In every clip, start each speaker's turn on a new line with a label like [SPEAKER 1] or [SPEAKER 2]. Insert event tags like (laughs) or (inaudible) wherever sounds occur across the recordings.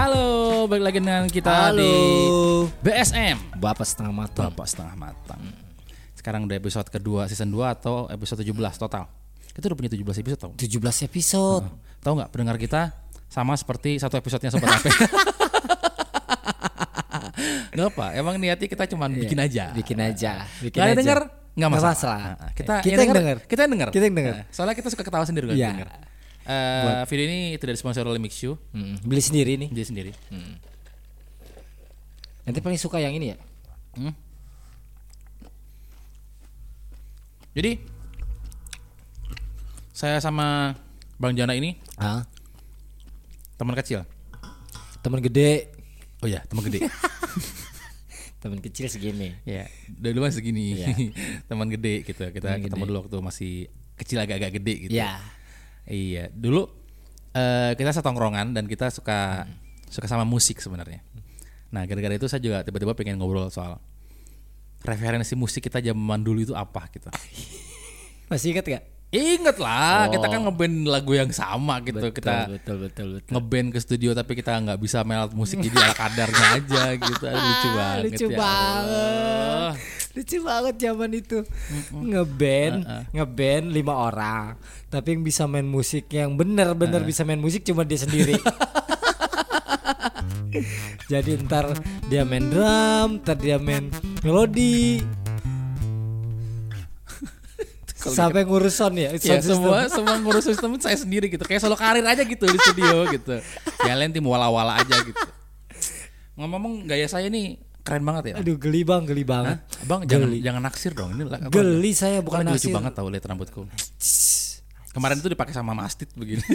[SPEAKER 1] halo balik lagi dengan kita
[SPEAKER 2] Halo.
[SPEAKER 1] di BSM
[SPEAKER 2] Bapak setengah mata.
[SPEAKER 1] Bapak Setengah Matang Sekarang udah episode kedua season 2 atau episode 17 total Kita udah punya 17 episode tau
[SPEAKER 2] 17 episode.
[SPEAKER 1] Tahu nggak pendengar kita sama seperti satu episodenya Sobat (laughs) HP Gak apa, emang niatnya kita cuman bikin aja
[SPEAKER 2] Iya. Bikin aja. Bikin
[SPEAKER 1] Nggak ada
[SPEAKER 2] aja.
[SPEAKER 1] denger, nggak masalah,
[SPEAKER 2] masalah.
[SPEAKER 1] Nah, Kita,
[SPEAKER 2] Kita yang denger.
[SPEAKER 1] Kita yang denger
[SPEAKER 2] Kita yang denger.
[SPEAKER 1] Nah, Soalnya kita suka ketawa sendiri kalau
[SPEAKER 2] Iya.
[SPEAKER 1] denger Eh, Video ini tidak disponsori oleh Mixu
[SPEAKER 2] Mm, Beli sendiri nih.
[SPEAKER 1] Dia sendiri
[SPEAKER 2] Nanti paling suka yang ini ya.
[SPEAKER 1] Jadi saya sama Bang Jana ini
[SPEAKER 2] Ah,
[SPEAKER 1] teman kecil.
[SPEAKER 2] teman gede,
[SPEAKER 1] Oh ya, teman (laughs) gede.
[SPEAKER 2] teman kecil segini.
[SPEAKER 1] ya, dari dulu masih segini. Iya. (laughs) teman gede gitu. Kita ketemu dulu waktu masih kecil agak-agak gede gitu.
[SPEAKER 2] Ya.
[SPEAKER 1] Iya, dulu eh kita setongkrongan dan kita suka suka sama musik sebenarnya. Nah, gara-gara itu saya juga tiba-tiba pengen ngobrol soal referensi musik kita zaman dulu itu apa (laughs) gitu.
[SPEAKER 2] Masih ingat gak?
[SPEAKER 1] Ingat lah, kita kan ngeband lagu yang sama gitu. kita
[SPEAKER 2] betul betul betul.
[SPEAKER 1] ngeband ke studio tapi kita nggak bisa melt musik jadi ala kadarnya aja gitu Aduh, lucu banget
[SPEAKER 2] Ah, lucu
[SPEAKER 1] ya Allah.
[SPEAKER 2] banget. Lucu banget zaman itu. Ngeband, ngeband lima orang. Tapi yang bisa main musik yang benar-benar bisa main musik cuma dia
[SPEAKER 1] (laughs)
[SPEAKER 2] sendiri. Jadi ntar dia main drum, ntar dia main melodi. Sampai ngurus sound ya,
[SPEAKER 1] Ya,
[SPEAKER 2] sound system.
[SPEAKER 1] semua semua ngurus sistem itu saya sendiri gitu kayak solo karir aja gitu di studio gitu kalian tim wala-wala aja gitu ngomong-ngomong gaya saya nih keren banget ya
[SPEAKER 2] Aduh geli bang, geli banget.
[SPEAKER 1] bang jangan jangan naksir dong ini lah
[SPEAKER 2] Geli saya
[SPEAKER 1] bukan
[SPEAKER 2] bukan
[SPEAKER 1] lucu
[SPEAKER 2] naksir.
[SPEAKER 1] banget tau lihat rambutku kemarin itu dipakai sama mastit
[SPEAKER 2] (laughs)
[SPEAKER 1] begini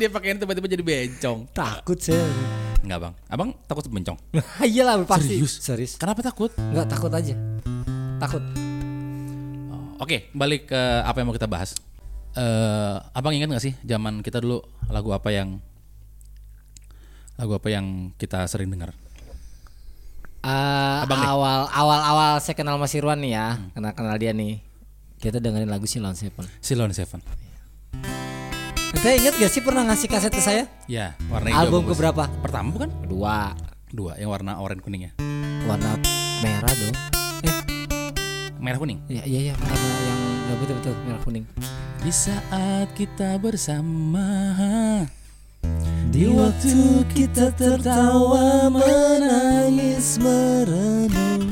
[SPEAKER 1] dia pakaiin tiba-tiba jadi bencong
[SPEAKER 2] Takut saya. Nah,
[SPEAKER 1] Enggak bang abang takut bencong
[SPEAKER 2] Iyalah pasti.
[SPEAKER 1] Serius?
[SPEAKER 2] Serius.
[SPEAKER 1] kenapa takut
[SPEAKER 2] Enggak takut aja. Takut.
[SPEAKER 1] Oh, Oke, balik ke apa yang mau kita bahas. Eh, abang ingat nggak sih zaman kita dulu lagu apa yang lagu apa yang kita sering dengar?
[SPEAKER 2] Eh,
[SPEAKER 1] Abang nih.
[SPEAKER 2] awal awal awal saya kenal Mas Irwan nih ya. Kenal kenal dia nih. Kita dengerin lagu Silon Seven.
[SPEAKER 1] Silon Seven.
[SPEAKER 2] Saya ingat gak sih pernah ngasih kaset ke saya?
[SPEAKER 1] Ya, warna hijau.
[SPEAKER 2] Album
[SPEAKER 1] bagus.
[SPEAKER 2] keberapa?
[SPEAKER 1] Pertama bukan?
[SPEAKER 2] Kedua.
[SPEAKER 1] Dua, yang warna oranye kuningnya.
[SPEAKER 2] Warna merah dong. Eh,
[SPEAKER 1] Merah kuning.
[SPEAKER 2] iya iya iya warna yang nggak betul betul merah kuning.
[SPEAKER 1] Di saat kita bersama
[SPEAKER 2] Di waktu kita tertawa menangis merenung.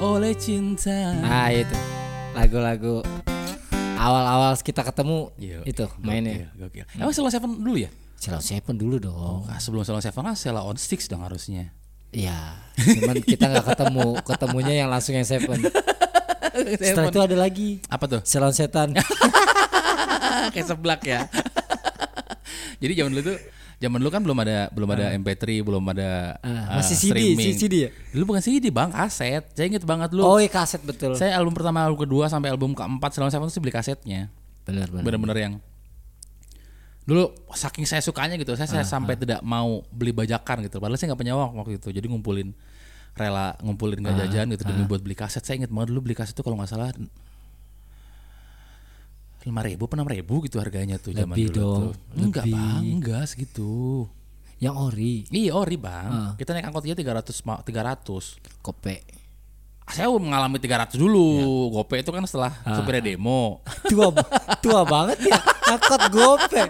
[SPEAKER 1] oleh cinta.
[SPEAKER 2] Nah itu lagu-lagu awal-awal kita ketemu
[SPEAKER 1] Yo,
[SPEAKER 2] itu mainnya.
[SPEAKER 1] Gokil, gokil. Emang Silon Seven dulu ya?
[SPEAKER 2] Silon Seven dulu dong.
[SPEAKER 1] Nah, sebelum Silon Seven lah Sela on Six dong harusnya.
[SPEAKER 2] Iya, cuman kita nggak ketemu, ketemunya yang langsung yang
[SPEAKER 1] (laughs)
[SPEAKER 2] Seven. Setelah itu ada lagi
[SPEAKER 1] Apa
[SPEAKER 2] (laughs)
[SPEAKER 1] tuh?
[SPEAKER 2] Salon Setan.
[SPEAKER 1] kayak seblak ya. (laughs) Jadi zaman dulu tuh zaman dulu kan belum ada belum ada MP3, belum ada
[SPEAKER 2] Ah,
[SPEAKER 1] eh,
[SPEAKER 2] masih CD,
[SPEAKER 1] streaming.
[SPEAKER 2] CD ya?
[SPEAKER 1] Dulu bukan CD, Bang, kaset. Saya inget banget lu.
[SPEAKER 2] Oh, iya kaset betul.
[SPEAKER 1] Saya album pertama, album kedua sampai album keempat selama saya tuh beli kasetnya.
[SPEAKER 2] Benar benar.
[SPEAKER 1] Bener-bener yang dulu saking saya sukanya gitu, saya,
[SPEAKER 2] Ah,
[SPEAKER 1] saya sampai tidak mau beli bajakan gitu. Padahal saya nggak punya uang waktu itu. Jadi ngumpulin rela ngumpulin
[SPEAKER 2] Ah,
[SPEAKER 1] nggak jajan gitu demi buat beli kaset. Saya inget banget dulu beli kaset tuh kalau nggak salah lima ribu, enam ribu gitu harganya tuh zaman
[SPEAKER 2] Lebih
[SPEAKER 1] dulu
[SPEAKER 2] dong,
[SPEAKER 1] tuh. Enggak
[SPEAKER 2] lebih.
[SPEAKER 1] bang, enggak segitu.
[SPEAKER 2] Yang ori,
[SPEAKER 1] Iya ori bang,
[SPEAKER 2] Ah.
[SPEAKER 1] kita naik angkot aja tiga ratus, tiga ratus. Ah,
[SPEAKER 2] kope.
[SPEAKER 1] Saya mengalami 300 dulu.
[SPEAKER 2] Iya.
[SPEAKER 1] Gope itu kan setelah
[SPEAKER 2] Ah.
[SPEAKER 1] supirnya demo.
[SPEAKER 2] Tua tua banget ya. Angkot gope.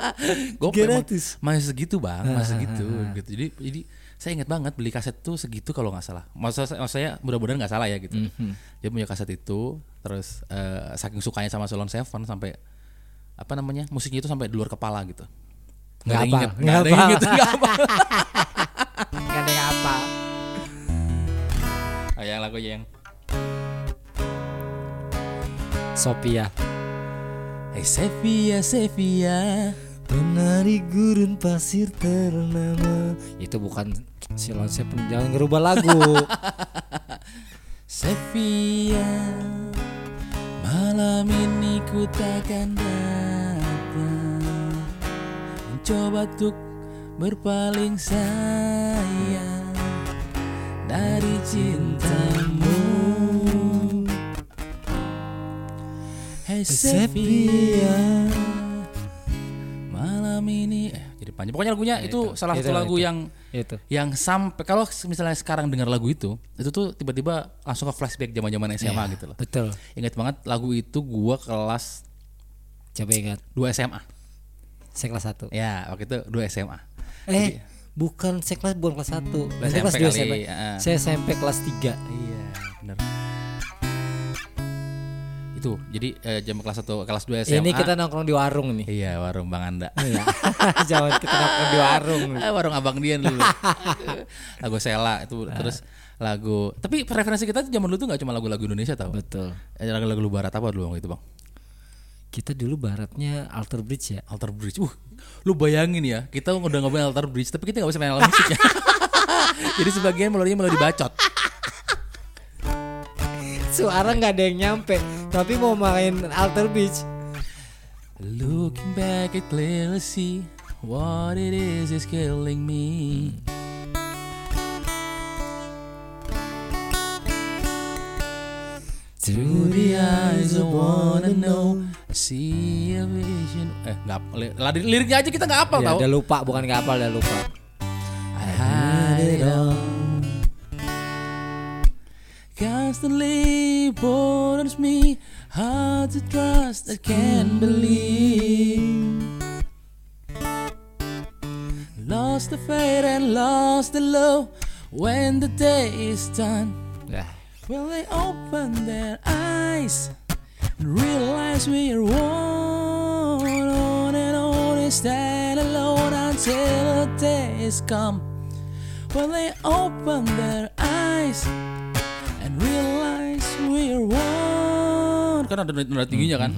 [SPEAKER 1] Gope emang
[SPEAKER 2] 300.
[SPEAKER 1] masih segitu bang, masih segitu gitu. Jadi jadi saya ingat banget beli kaset tuh segitu kalau nggak salah. Maksud saya, maksud saya mudah-mudahan nggak salah ya gitu. Dia punya kaset itu, terus eh, saking sukanya sama Solon Seven sampai apa namanya musiknya itu sampai di luar kepala gitu. Nggak ada yang inget,
[SPEAKER 2] Nggak apa,
[SPEAKER 1] nggak ada yang
[SPEAKER 2] nggak
[SPEAKER 1] inget,
[SPEAKER 2] apa.
[SPEAKER 1] nggak apa.
[SPEAKER 2] Gak ada yang apa.
[SPEAKER 1] Oh, yang lagu yang
[SPEAKER 2] Sophia.
[SPEAKER 1] Hey Sevia, Sevia.
[SPEAKER 2] Penari gurun pasir ternama. Itu bukan Silon Seven. Jangan ngerubah
[SPEAKER 1] (laughs)
[SPEAKER 2] lagu.
[SPEAKER 1] Sevilla Malam ini ku takkan datang Mencoba untuk berpaling sayang Dari cintamu Hey Sevilla Malam malam ini eh, jadi panjang pokoknya lagunya itu, salah
[SPEAKER 2] Ya, Itu,
[SPEAKER 1] satu lagu
[SPEAKER 2] itu.
[SPEAKER 1] yang
[SPEAKER 2] Itu.
[SPEAKER 1] yang sampai kalau misalnya sekarang dengar lagu itu itu tuh tiba-tiba langsung ke flashback zaman-zaman SMA
[SPEAKER 2] Iya.
[SPEAKER 1] gitu loh
[SPEAKER 2] Betul.
[SPEAKER 1] ingat banget lagu itu gua kelas
[SPEAKER 2] Coba ingat.
[SPEAKER 1] 2 SMA
[SPEAKER 2] Saya kelas 1.
[SPEAKER 1] ya waktu itu 2 SMA
[SPEAKER 2] Eh, bukan saya kelas bukan kelas 1.
[SPEAKER 1] Kelas
[SPEAKER 2] kelas
[SPEAKER 1] SMP kali,
[SPEAKER 2] 2 Hmm, SMP.
[SPEAKER 1] ah.
[SPEAKER 2] Saya SMP kelas 3.
[SPEAKER 1] iya bener itu jadi eh, jam kelas 1 kelas 2 SMA
[SPEAKER 2] Ini kita nongkrong di warung nih.
[SPEAKER 1] iya warung Bang Anda
[SPEAKER 2] (laughs) Iya. Jangan kita nongkrong di warung. nih.
[SPEAKER 1] (laughs) Eh, warung abang Dian
[SPEAKER 2] (laughs)
[SPEAKER 1] dulu. Aduh. lagu Sela itu
[SPEAKER 2] Ah.
[SPEAKER 1] terus lagu. Tapi preferensi kita tuh zaman dulu tuh nggak cuma lagu-lagu Indonesia tau.
[SPEAKER 2] Betul.
[SPEAKER 1] Eh, Lagu-lagu lu barat apa dulu waktu itu bang?
[SPEAKER 2] Kita dulu baratnya Alter Bridge ya.
[SPEAKER 1] Alter Bridge. Uh, lu bayangin ya kita udah ngobrol Alter Bridge tapi kita nggak bisa main alat musiknya. (laughs) Jadi sebagian melodinya melodi bacot.
[SPEAKER 2] Suara nggak ada yang nyampe, tapi mau main Alter Beach.
[SPEAKER 1] Looking back at clearly see what it is is killing me. Through the eyes I wanna know I See a vision Eh gak Liriknya aja kita gak hafal
[SPEAKER 2] Ya,
[SPEAKER 1] tau
[SPEAKER 2] udah lupa, bukan nggak hafal, udah lupa.
[SPEAKER 1] I had it all Constantly borders me Hard to trust I can't believe Lost the faith and lost the love When the day is done
[SPEAKER 2] Nah,
[SPEAKER 1] Will they open their eyes and realize we are one? On and on and stand alone until the day is come. Will they open their eyes and realize we are one? Kan ada nada tingginya kan?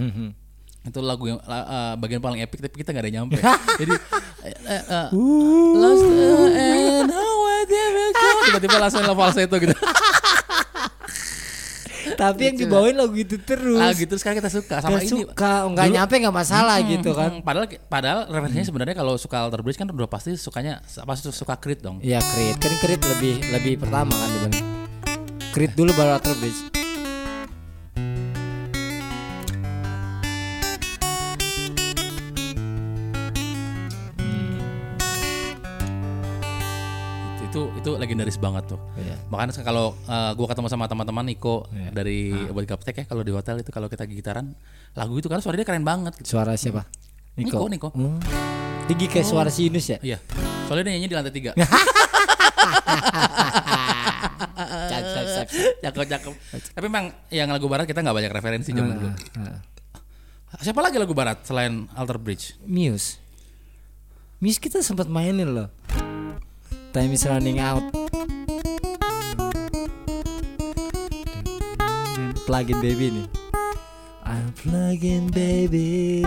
[SPEAKER 1] itu lagu yang la- eh, bagian paling epic tapi kita nggak ada nyampe jadi eh, eh, eh, lost eh, and how I did it go. tiba-tiba langsung falsetto gitu
[SPEAKER 2] tapi yang dibawain lagu itu terus.
[SPEAKER 1] lagu terus sekarang kita suka sama
[SPEAKER 2] Nggak
[SPEAKER 1] ini
[SPEAKER 2] suka, nggak
[SPEAKER 1] Dulu-
[SPEAKER 2] nyampe nggak masalah gitu kan.
[SPEAKER 1] Hmm, padahal padahal referensinya
[SPEAKER 2] Hmm.
[SPEAKER 1] sebenarnya kalau suka Alter Bridge kan udah pasti sukanya pasti suka Creed dong
[SPEAKER 2] Iya Creed, kan Creed lebih lebih pertama kan dibanding Creed dulu baru Alter Bridge.
[SPEAKER 1] itu itu, itu legendaris banget tuh
[SPEAKER 2] Iya.
[SPEAKER 1] makanya sekarang kalau eh, gua ketemu sama teman-teman Niko
[SPEAKER 2] Iya.
[SPEAKER 1] dari buat Gaptek ya kalau di hotel itu kalau kita gitaran lagu itu kan suaranya keren banget gitu.
[SPEAKER 2] Suara siapa?
[SPEAKER 1] Niko Niko
[SPEAKER 2] Niko. Hmm. Tinggi kayak suara si Yunus ya?
[SPEAKER 1] iya soalnya dia nyanyi di lantai
[SPEAKER 2] (laughs)
[SPEAKER 1] tiga
[SPEAKER 2] Cak, cak, cak, cak.
[SPEAKER 1] cakep cakep tapi memang yang lagu barat kita nggak banyak referensi zaman dulu
[SPEAKER 2] Ah, ah.
[SPEAKER 1] siapa lagi lagu barat selain Alter Bridge
[SPEAKER 2] Muse. Muse kita sempat mainin loh. Time is running out. Plugin baby nih. I'm plugin baby.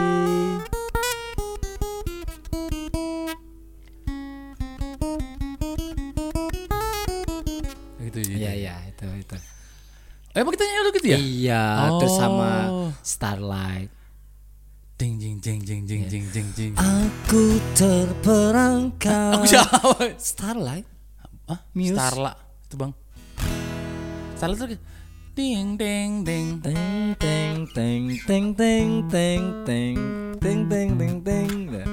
[SPEAKER 1] gitu
[SPEAKER 2] Iya
[SPEAKER 1] ya
[SPEAKER 2] iya itu itu.
[SPEAKER 1] emang kita nyanyi lagu gitu ya
[SPEAKER 2] Iya
[SPEAKER 1] Oh.
[SPEAKER 2] terus sama Starlight.
[SPEAKER 1] Jing jing jing jing jing jing jing jing.
[SPEAKER 2] Ah. Aku terperangkap.
[SPEAKER 1] Aku siapa?
[SPEAKER 2] Starlight.
[SPEAKER 1] Hah?
[SPEAKER 2] Muse.
[SPEAKER 1] Starla itu bang. Starla tuh kayak, ding ding ding.
[SPEAKER 2] Teng teng teng teng teng teng teng teng teng teng teng. Nah.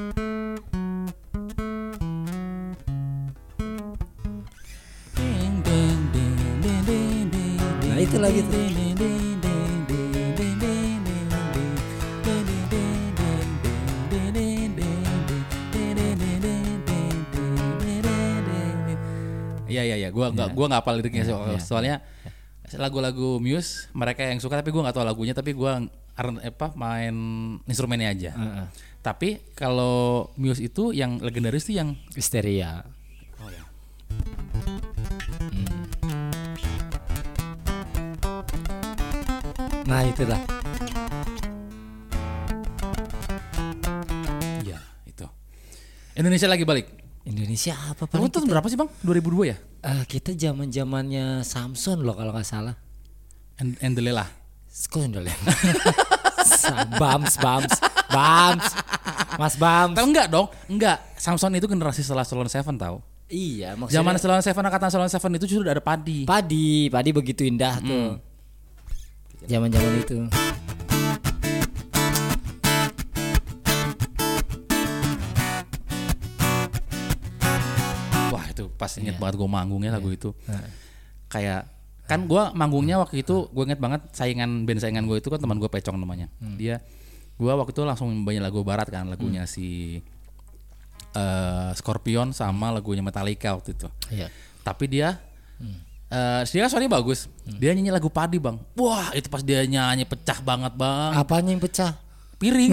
[SPEAKER 1] Ding ding ding ding ding ding.
[SPEAKER 2] Nah, itu lagi tuh.
[SPEAKER 1] Ding ding ding ding ding ding ding ding ding ding. Ding ding ding ding ding ding ding ding ding ding ding ding ding ding ding ding. Iya iya iya, gua nggak gua nggak hafal liriknya so- ya. soalnya lagu-lagu Muse mereka yang suka tapi gua nggak tahu lagunya tapi gua ar- apa main instrumennya aja.
[SPEAKER 2] Hmm.
[SPEAKER 1] Tapi kalau Muse itu yang legendaris tuh yang
[SPEAKER 2] Histeria.
[SPEAKER 1] Oh, ya.
[SPEAKER 2] Nah itulah
[SPEAKER 1] Iya, itu. Indonesia lagi balik.
[SPEAKER 2] Indonesia apa
[SPEAKER 1] Kamu
[SPEAKER 2] paling
[SPEAKER 1] tahun berapa sih, Bang? 2002 ya?
[SPEAKER 2] Eh, kita zaman zamannya Samson loh kalau nggak salah.
[SPEAKER 1] And, and the Lela.
[SPEAKER 2] Skondol ya. bams bams bams mas bams.
[SPEAKER 1] Tahu enggak dong? Enggak. Samson itu generasi setelah Solon Seven tahu.
[SPEAKER 2] Iya maksudnya.
[SPEAKER 1] Zaman Solon Seven angkatan Solon Seven itu sudah ada padi.
[SPEAKER 2] padi padi begitu indah tuh zaman zaman itu
[SPEAKER 1] itu pas inget banget gue manggungnya lagu itu kayak kan gue manggungnya waktu itu gue inget banget saingan band saingan gue itu kan teman gue pecong namanya dia gue waktu itu langsung banyak lagu barat kan lagunya si eh, Scorpion sama lagunya Metallica waktu itu
[SPEAKER 3] Iya.
[SPEAKER 1] tapi dia eh dia kan suaranya bagus dia nyanyi lagu padi bang wah itu pas dia nyanyi pecah banget bang
[SPEAKER 3] Apanya yang pecah?
[SPEAKER 2] (laughs)
[SPEAKER 1] piring.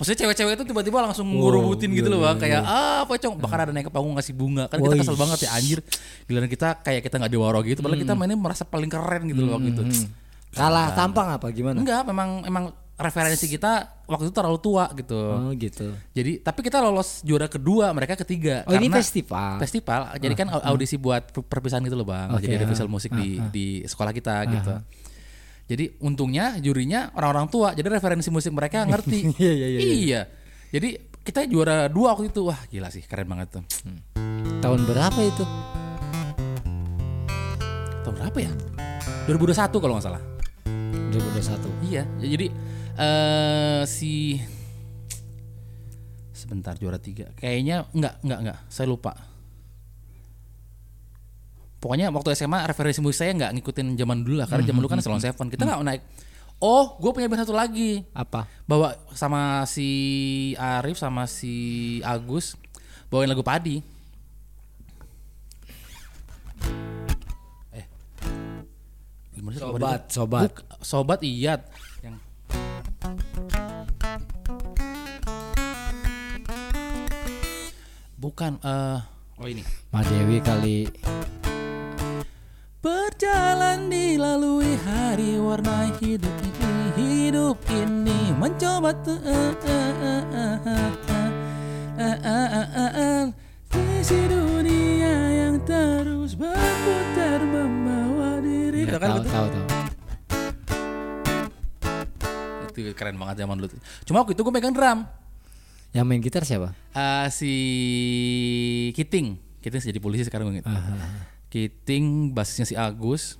[SPEAKER 1] Maksudnya cewek-cewek itu tiba-tiba langsung ngurubutin gitu loh bang, kayak ah pocong bahkan ada naik ke panggung ngasih bunga kan kita kesel banget ya anjir. Giliran kita kayak kita nggak dewa gitu, padahal
[SPEAKER 2] Hmm.
[SPEAKER 1] kita mainnya merasa paling keren gitu loh waktu itu.
[SPEAKER 2] Kalah tampang apa gimana?
[SPEAKER 1] Enggak, memang emang referensi kita waktu itu terlalu tua gitu.
[SPEAKER 2] Oh gitu.
[SPEAKER 1] Jadi tapi kita lolos juara kedua, mereka ketiga.
[SPEAKER 2] Oh ini festival.
[SPEAKER 1] festival jadi kan au- audisi buat per- perpisahan gitu loh bang
[SPEAKER 2] Oke,
[SPEAKER 1] jadi ada
[SPEAKER 2] ah,
[SPEAKER 1] visual musik di di sekolah kita gitu jadi untungnya jurinya orang-orang tua jadi referensi musik
[SPEAKER 2] (laughs)
[SPEAKER 1] mereka ngerti
[SPEAKER 2] Iya, iya, iya, iya.
[SPEAKER 1] Iya. jadi kita juara dua waktu itu wah gila sih keren banget tuh
[SPEAKER 2] Tahun berapa itu?
[SPEAKER 1] tahun berapa ya 2021 kalau nggak salah
[SPEAKER 2] 2021.
[SPEAKER 1] iya jadi eh si sebentar juara tiga kayaknya nggak nggak nggak saya lupa pokoknya waktu SMA referensi musik saya nggak ngikutin zaman dulu lah karena zaman dulu kan Salon Seven kita nggak naik oh gue punya band satu lagi
[SPEAKER 2] Apa?
[SPEAKER 1] bawa sama si Arif sama si Agus bawain lagu padi eh gimana sih lagu Padi?
[SPEAKER 2] Sobat, sobat.
[SPEAKER 1] Buk- sobat iyat yang bukan eh oh ini
[SPEAKER 2] Ma Dewi kali.
[SPEAKER 1] Berjalan dilalui hari warna hidup ini Hidup ini mencoba eh, tuh eh, Sisi dunia yang terus berputar membawa diri Tuh
[SPEAKER 2] Ya,
[SPEAKER 1] kan
[SPEAKER 2] tahu,
[SPEAKER 1] betul?
[SPEAKER 2] tahu, tahu.
[SPEAKER 1] Itu keren banget zaman dulu tuh. Cuma waktu itu gue pegang drum
[SPEAKER 2] Yang main gitar siapa?
[SPEAKER 1] Eh, Si Kiting Kiting jadi polisi sekarang gue inget Kiting basisnya si Agus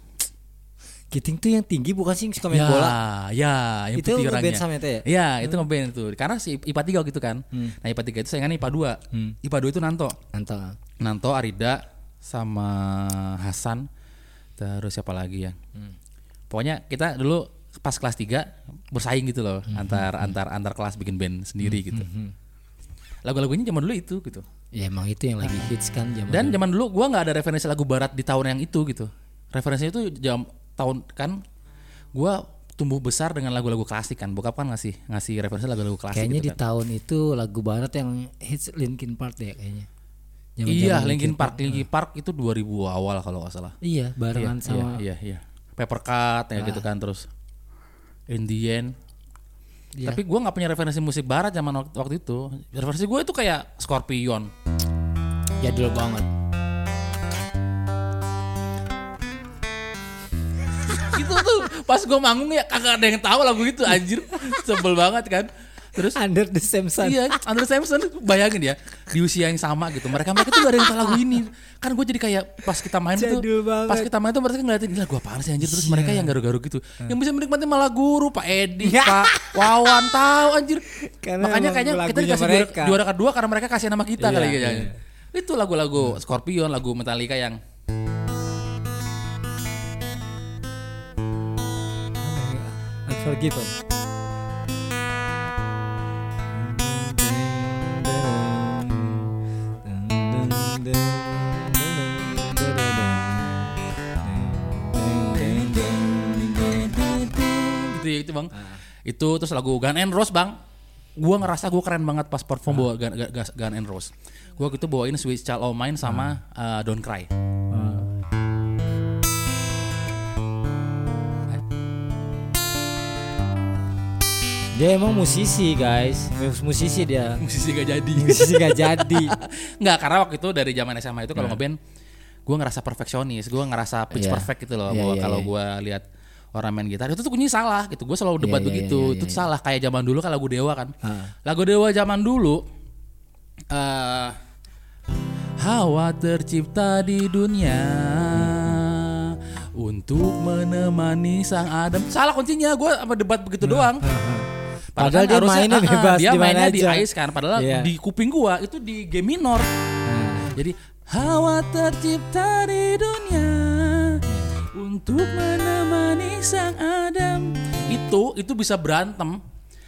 [SPEAKER 2] Kiting tuh yang tinggi bukan sih yang suka main
[SPEAKER 1] ya,
[SPEAKER 2] bola?
[SPEAKER 1] Ya, yang
[SPEAKER 2] Itu
[SPEAKER 1] putih
[SPEAKER 2] ngeband
[SPEAKER 1] orangnya.
[SPEAKER 2] sama itu ya?
[SPEAKER 1] Iya, itu ngeband itu. Karena si IPA 3 gitu kan. Nah, IPA 3 itu saingannya IPA 2. IPA 2 itu Nanto.
[SPEAKER 2] Nanto.
[SPEAKER 1] Hmm. Nanto, Arida sama Hasan. Terus siapa lagi ya? Pokoknya kita dulu pas kelas 3 bersaing gitu loh antar antar antar kelas bikin band sendiri gitu. Lagu-lagunya zaman dulu itu gitu.
[SPEAKER 2] Ya emang itu yang lagi hits kan zaman.
[SPEAKER 1] Dan zaman dulu gua nggak ada referensi lagu barat di tahun yang itu gitu. Referensinya itu jam tahun kan gua tumbuh besar dengan lagu-lagu klasik kan. Bokap kan ngasih ngasih referensi lagu-lagu klasik
[SPEAKER 2] kayaknya
[SPEAKER 1] gitu
[SPEAKER 2] di tahun itu lagu barat yang hits Linkin Park deh kayaknya.
[SPEAKER 1] kan.
[SPEAKER 2] Zaman-zaman ya.
[SPEAKER 1] Iya, Linkin Park, Linkin Park itu 2000 awal kalau nggak salah.
[SPEAKER 2] Iya, barengan
[SPEAKER 1] Iya,
[SPEAKER 2] sama
[SPEAKER 1] iya, iya. Paper Cut
[SPEAKER 2] Ah.
[SPEAKER 1] ya gitu kan terus In the End.
[SPEAKER 2] Iya.
[SPEAKER 1] Tapi gua nggak punya referensi musik barat zaman wak- waktu itu. Referensi gue itu kayak Scorpion.
[SPEAKER 2] jadul banget.
[SPEAKER 1] itu tuh pas gue manggung ya kagak ada yang tahu lagu itu anjir. Sebel banget kan. Terus
[SPEAKER 2] Under the same sun.
[SPEAKER 1] Iya, Andrew Samson bayangin ya di usia yang sama gitu. Mereka mereka tuh gak ada yang tahu lagu ini. Kan gue jadi kayak pas kita main
[SPEAKER 2] Jadul
[SPEAKER 1] tuh,
[SPEAKER 2] banget. Iya.
[SPEAKER 1] pas kita main tuh mereka ngeliatin gila gue apaan sih anjir. Terus mereka yang garu-garu gitu.
[SPEAKER 2] Hmm.
[SPEAKER 1] Yang bisa menikmati malah guru, Pak
[SPEAKER 2] (laughs)
[SPEAKER 1] Edi, Pak Wawan tahu anjir.
[SPEAKER 2] Karena
[SPEAKER 1] Makanya
[SPEAKER 2] emang
[SPEAKER 1] kayaknya kita
[SPEAKER 2] lagunya
[SPEAKER 1] dikasih juara,
[SPEAKER 2] mereka.
[SPEAKER 1] juara kedua karena mereka kasih nama kita
[SPEAKER 2] Iya,
[SPEAKER 1] kali ya. Itu lagu-lagu Scorpion, lagu Metallica yang
[SPEAKER 2] Unforgiven.
[SPEAKER 1] gitu ya itu bang itu terus lagu Gun N' Rose bang gua ngerasa gua keren banget pas perform bawa Gun, Gun, Gun N' Rose gua gitu bawain Sweet Child O' Mine sama uh, Don't Cry
[SPEAKER 2] Dia emang musisi guys, Mus- musisi dia.
[SPEAKER 1] musisi gak jadi
[SPEAKER 2] Musisi gak jadi.
[SPEAKER 1] (laughs) nggak karena waktu itu dari zaman SMA itu kalau ngeband gua ngerasa perfeksionis gua ngerasa pitch
[SPEAKER 2] Nah. Iya.
[SPEAKER 1] perfect gitu loh
[SPEAKER 2] Iya,
[SPEAKER 1] bahwa
[SPEAKER 2] iya,
[SPEAKER 1] kalau
[SPEAKER 2] iya.
[SPEAKER 1] gua lihat orang main gitar itu tuh bunyi salah gitu gua selalu debat
[SPEAKER 2] iya,
[SPEAKER 1] begitu
[SPEAKER 2] iya, iya,
[SPEAKER 1] itu tuh salah kayak zaman dulu kan lagu Dewa kan
[SPEAKER 2] Ah.
[SPEAKER 1] lagu Dewa zaman dulu eh Hawa tercipta di dunia untuk menemani sang Adam. Salah kuncinya, gue sama debat begitu doang.
[SPEAKER 2] Nah, Padahal
[SPEAKER 1] kan
[SPEAKER 2] dia
[SPEAKER 1] harusnya,
[SPEAKER 2] mainnya
[SPEAKER 1] ah, ah,
[SPEAKER 2] bebas
[SPEAKER 1] dia
[SPEAKER 2] di mana
[SPEAKER 1] mainnya di
[SPEAKER 2] aja.
[SPEAKER 1] ais kan. Padahal
[SPEAKER 2] Iya. Hmm.
[SPEAKER 1] di kuping gua itu di G minor. Jadi Hawa tercipta di dunia untuk menemani sang Adam. Itu itu bisa berantem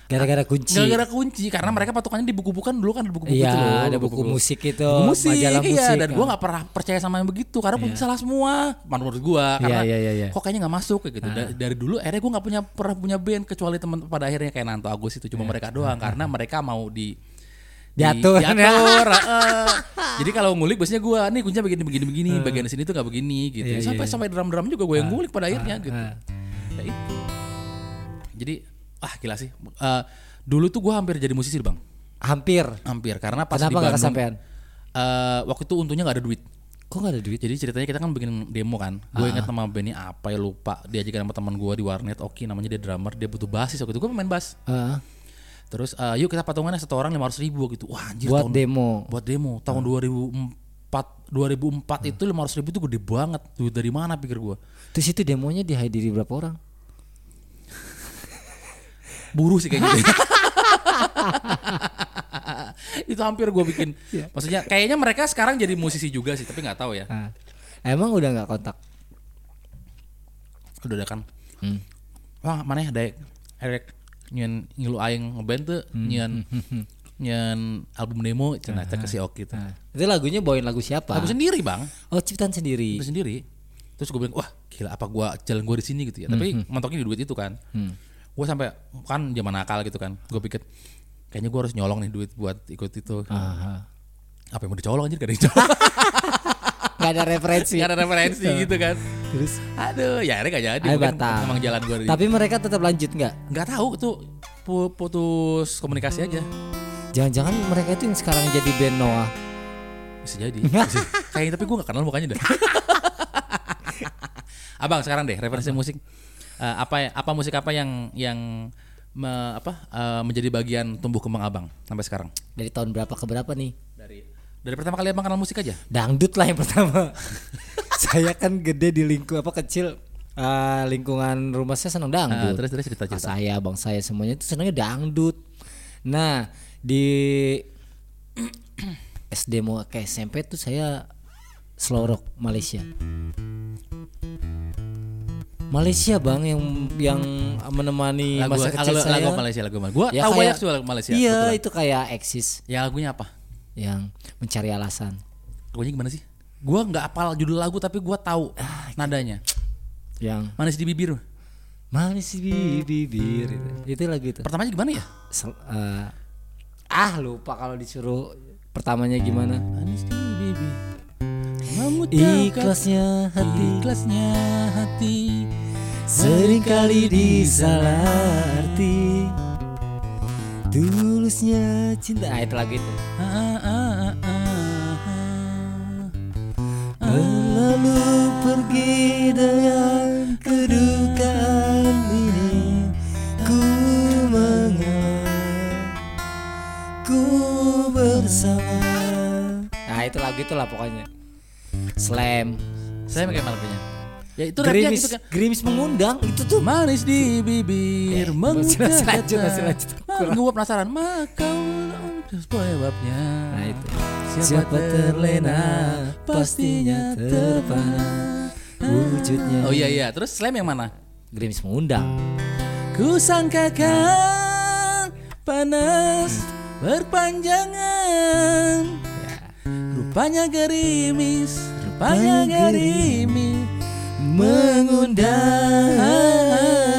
[SPEAKER 2] Gara-gara kunci.
[SPEAKER 1] gara-gara kunci karena mereka patokannya di buku-buku kan dulu kan ada buku-buku
[SPEAKER 2] Iya,
[SPEAKER 1] itu loh,
[SPEAKER 2] ada buku
[SPEAKER 1] buku-buku.
[SPEAKER 2] musik itu,
[SPEAKER 1] Buku musik,
[SPEAKER 2] majalah
[SPEAKER 1] iya,
[SPEAKER 2] musik. ah.
[SPEAKER 1] dan gue nggak pernah percaya sama yang begitu karena kunci salah semua menurut gue karena
[SPEAKER 2] iya, iya, iya.
[SPEAKER 1] kok kayaknya nggak masuk kayak gitu Da- dari dulu akhirnya gue nggak punya pernah punya band kecuali teman pada akhirnya kayak Nanto Agus itu cuma
[SPEAKER 2] Iya,
[SPEAKER 1] mereka
[SPEAKER 2] ah,
[SPEAKER 1] doang karena mereka mau di di-
[SPEAKER 2] Diatur.
[SPEAKER 1] diatur,
[SPEAKER 2] (laughs)
[SPEAKER 1] heeh. eh. jadi kalau ngulik biasanya gue nih kuncinya begini begini begini bagian sini tuh nggak begini gitu
[SPEAKER 2] Eh. Iya, iya,
[SPEAKER 1] sampai
[SPEAKER 2] iya.
[SPEAKER 1] sampai drum-drum juga gue yang ngulik pada akhirnya gitu
[SPEAKER 2] ah.
[SPEAKER 1] Ya itu. jadi ah gila sih Eh, dulu tuh gue hampir jadi musisi bang
[SPEAKER 2] Hampir.
[SPEAKER 1] hampir karena pas
[SPEAKER 2] Kenapa
[SPEAKER 1] di
[SPEAKER 2] nggak
[SPEAKER 1] Bandung
[SPEAKER 2] kesampaian?
[SPEAKER 1] eh, waktu itu untungnya nggak ada duit
[SPEAKER 2] Kok gak ada duit? Ah.
[SPEAKER 1] jadi ceritanya kita kan bikin demo kan gue inget nama bandnya apa ya lupa diajakin sama teman gue di warnet Oki namanya dia drummer dia butuh bassis waktu itu gue main bass
[SPEAKER 2] Ah,
[SPEAKER 1] terus eh, yuk kita patungannya satu orang lima ratus ribu gitu wah anjir
[SPEAKER 2] buat
[SPEAKER 1] tahun,
[SPEAKER 2] demo.
[SPEAKER 1] buat demo tahun 2004 2004 itu lima ribu itu gede banget duit dari mana pikir gue
[SPEAKER 2] Terus itu demonya dihadiri berapa orang?
[SPEAKER 1] buruh sih gitu. kayaknya (laughs) itu hampir gue bikin maksudnya kayaknya mereka sekarang jadi musisi juga sih tapi nggak tahu ya
[SPEAKER 2] Ah. Emang udah nggak kontak?
[SPEAKER 1] udah ada kan wah mana ya daek erek nyen ngilu aing ngeband tuh nyen nyen album demo cenah teh ke si Oki tuh
[SPEAKER 2] Itu lagunya bawain lagu siapa?
[SPEAKER 1] aku sendiri bang
[SPEAKER 2] Oh ciptaan
[SPEAKER 1] aku
[SPEAKER 2] sendiri.
[SPEAKER 1] sendiri terus gue bilang wah gila apa gua jalan gua di sini gitu ya
[SPEAKER 2] Hmm,
[SPEAKER 1] tapi mentoknya di duit itu kan gue sampai kan zaman nakal gitu kan gue pikir kayaknya gue harus nyolong nih duit buat ikut itu
[SPEAKER 2] Aha.
[SPEAKER 1] apa yang mau dicolong anjir
[SPEAKER 2] (laughs)
[SPEAKER 1] gak ada yang colong
[SPEAKER 2] Gak ada
[SPEAKER 1] (laughs)
[SPEAKER 2] referensi.
[SPEAKER 1] gak ada referensi gitu kan
[SPEAKER 2] Iya. Terus?
[SPEAKER 1] aduh ya akhirnya gak jadi
[SPEAKER 2] Ayo
[SPEAKER 1] Mungkin
[SPEAKER 2] batal.
[SPEAKER 1] emang jalan gue
[SPEAKER 2] Tapi mereka tetap lanjut nggak?
[SPEAKER 1] nggak tahu tuh pu- putus komunikasi aja
[SPEAKER 2] Jangan-jangan mereka itu yang sekarang jadi band Noah.
[SPEAKER 1] bisa jadi Bisa.
[SPEAKER 2] (laughs)
[SPEAKER 1] kayaknya tapi gue gak kenal mukanya dah abang sekarang deh referensi musik Eh, apa ya- apa musik apa yang yang me- apa eh, menjadi bagian tumbuh kembang abang sampai sekarang
[SPEAKER 2] Dari tahun berapa ke berapa nih?
[SPEAKER 1] dari dari pertama kali abang kenal musik aja
[SPEAKER 2] Dangdut lah yang
[SPEAKER 1] (laughs)
[SPEAKER 2] pertama. Saya kan gede di lingkup apa kecil eh, lingkungan rumah saya senang
[SPEAKER 1] Eh,
[SPEAKER 2] dangdut.
[SPEAKER 1] terus terus cerita
[SPEAKER 2] Kakak
[SPEAKER 1] cerita
[SPEAKER 2] saya, abang saya semuanya itu senangnya dangdut. Nah, di (clears throat) SD mau ke SMP tuh saya slow rock Malaysia. Malaysia bang yang yang menemani
[SPEAKER 1] lagu
[SPEAKER 2] masa kecil
[SPEAKER 1] lagu,
[SPEAKER 2] saya.
[SPEAKER 1] lagu Malaysia lagu Malaysia gue
[SPEAKER 2] Ya,
[SPEAKER 1] tahu
[SPEAKER 2] kayak-
[SPEAKER 1] banyak soal lagu Malaysia
[SPEAKER 2] Iya
[SPEAKER 1] kebetulan.
[SPEAKER 2] itu kayak eksis
[SPEAKER 1] ya lagunya apa
[SPEAKER 2] yang mencari alasan.
[SPEAKER 1] lagunya gimana sih gue nggak apal judul lagu tapi gue tahu
[SPEAKER 2] Ah, gitu.
[SPEAKER 1] nadanya
[SPEAKER 2] Yang
[SPEAKER 1] manis di
[SPEAKER 2] Gitu.
[SPEAKER 1] bibir
[SPEAKER 2] manis di bibir itu, itu lagu itu.
[SPEAKER 1] pertamanya gimana ya
[SPEAKER 2] Sel- eh, ah lupa kalau disuruh pertamanya gimana?
[SPEAKER 1] manis di bibir memutihkan
[SPEAKER 2] Ikhlasnya hati
[SPEAKER 1] ikhlasnya hati
[SPEAKER 2] seringkali disalah arti Tulusnya cinta Ah itu lagu itu
[SPEAKER 1] Ah, ah, ah, ah,
[SPEAKER 2] Lalu pergi dengan kedukaan ini Ku mengalah Ku bersama Nah itu lagu itu lah pokoknya Slam
[SPEAKER 1] ah. saya pakai lagunya ya itu rapnya
[SPEAKER 2] Gerimis,
[SPEAKER 1] gitu kan
[SPEAKER 2] gerimis mengundang itu tuh
[SPEAKER 1] manis di bibir
[SPEAKER 2] Eh,
[SPEAKER 1] menggoda
[SPEAKER 2] masih lanjut,
[SPEAKER 1] kata.
[SPEAKER 2] masih lanjut.
[SPEAKER 1] Ah, gua penasaran maka sebabnya
[SPEAKER 2] Nah itu
[SPEAKER 1] Siapa terlena pastinya terpana
[SPEAKER 2] Wujudnya
[SPEAKER 1] Oh iya iya, terus slam yang mana?
[SPEAKER 2] Gerimis mengundang
[SPEAKER 1] Kusangkakan panas berpanjangan Rupanya gerimis, rupanya
[SPEAKER 2] Rupanya
[SPEAKER 1] gerimis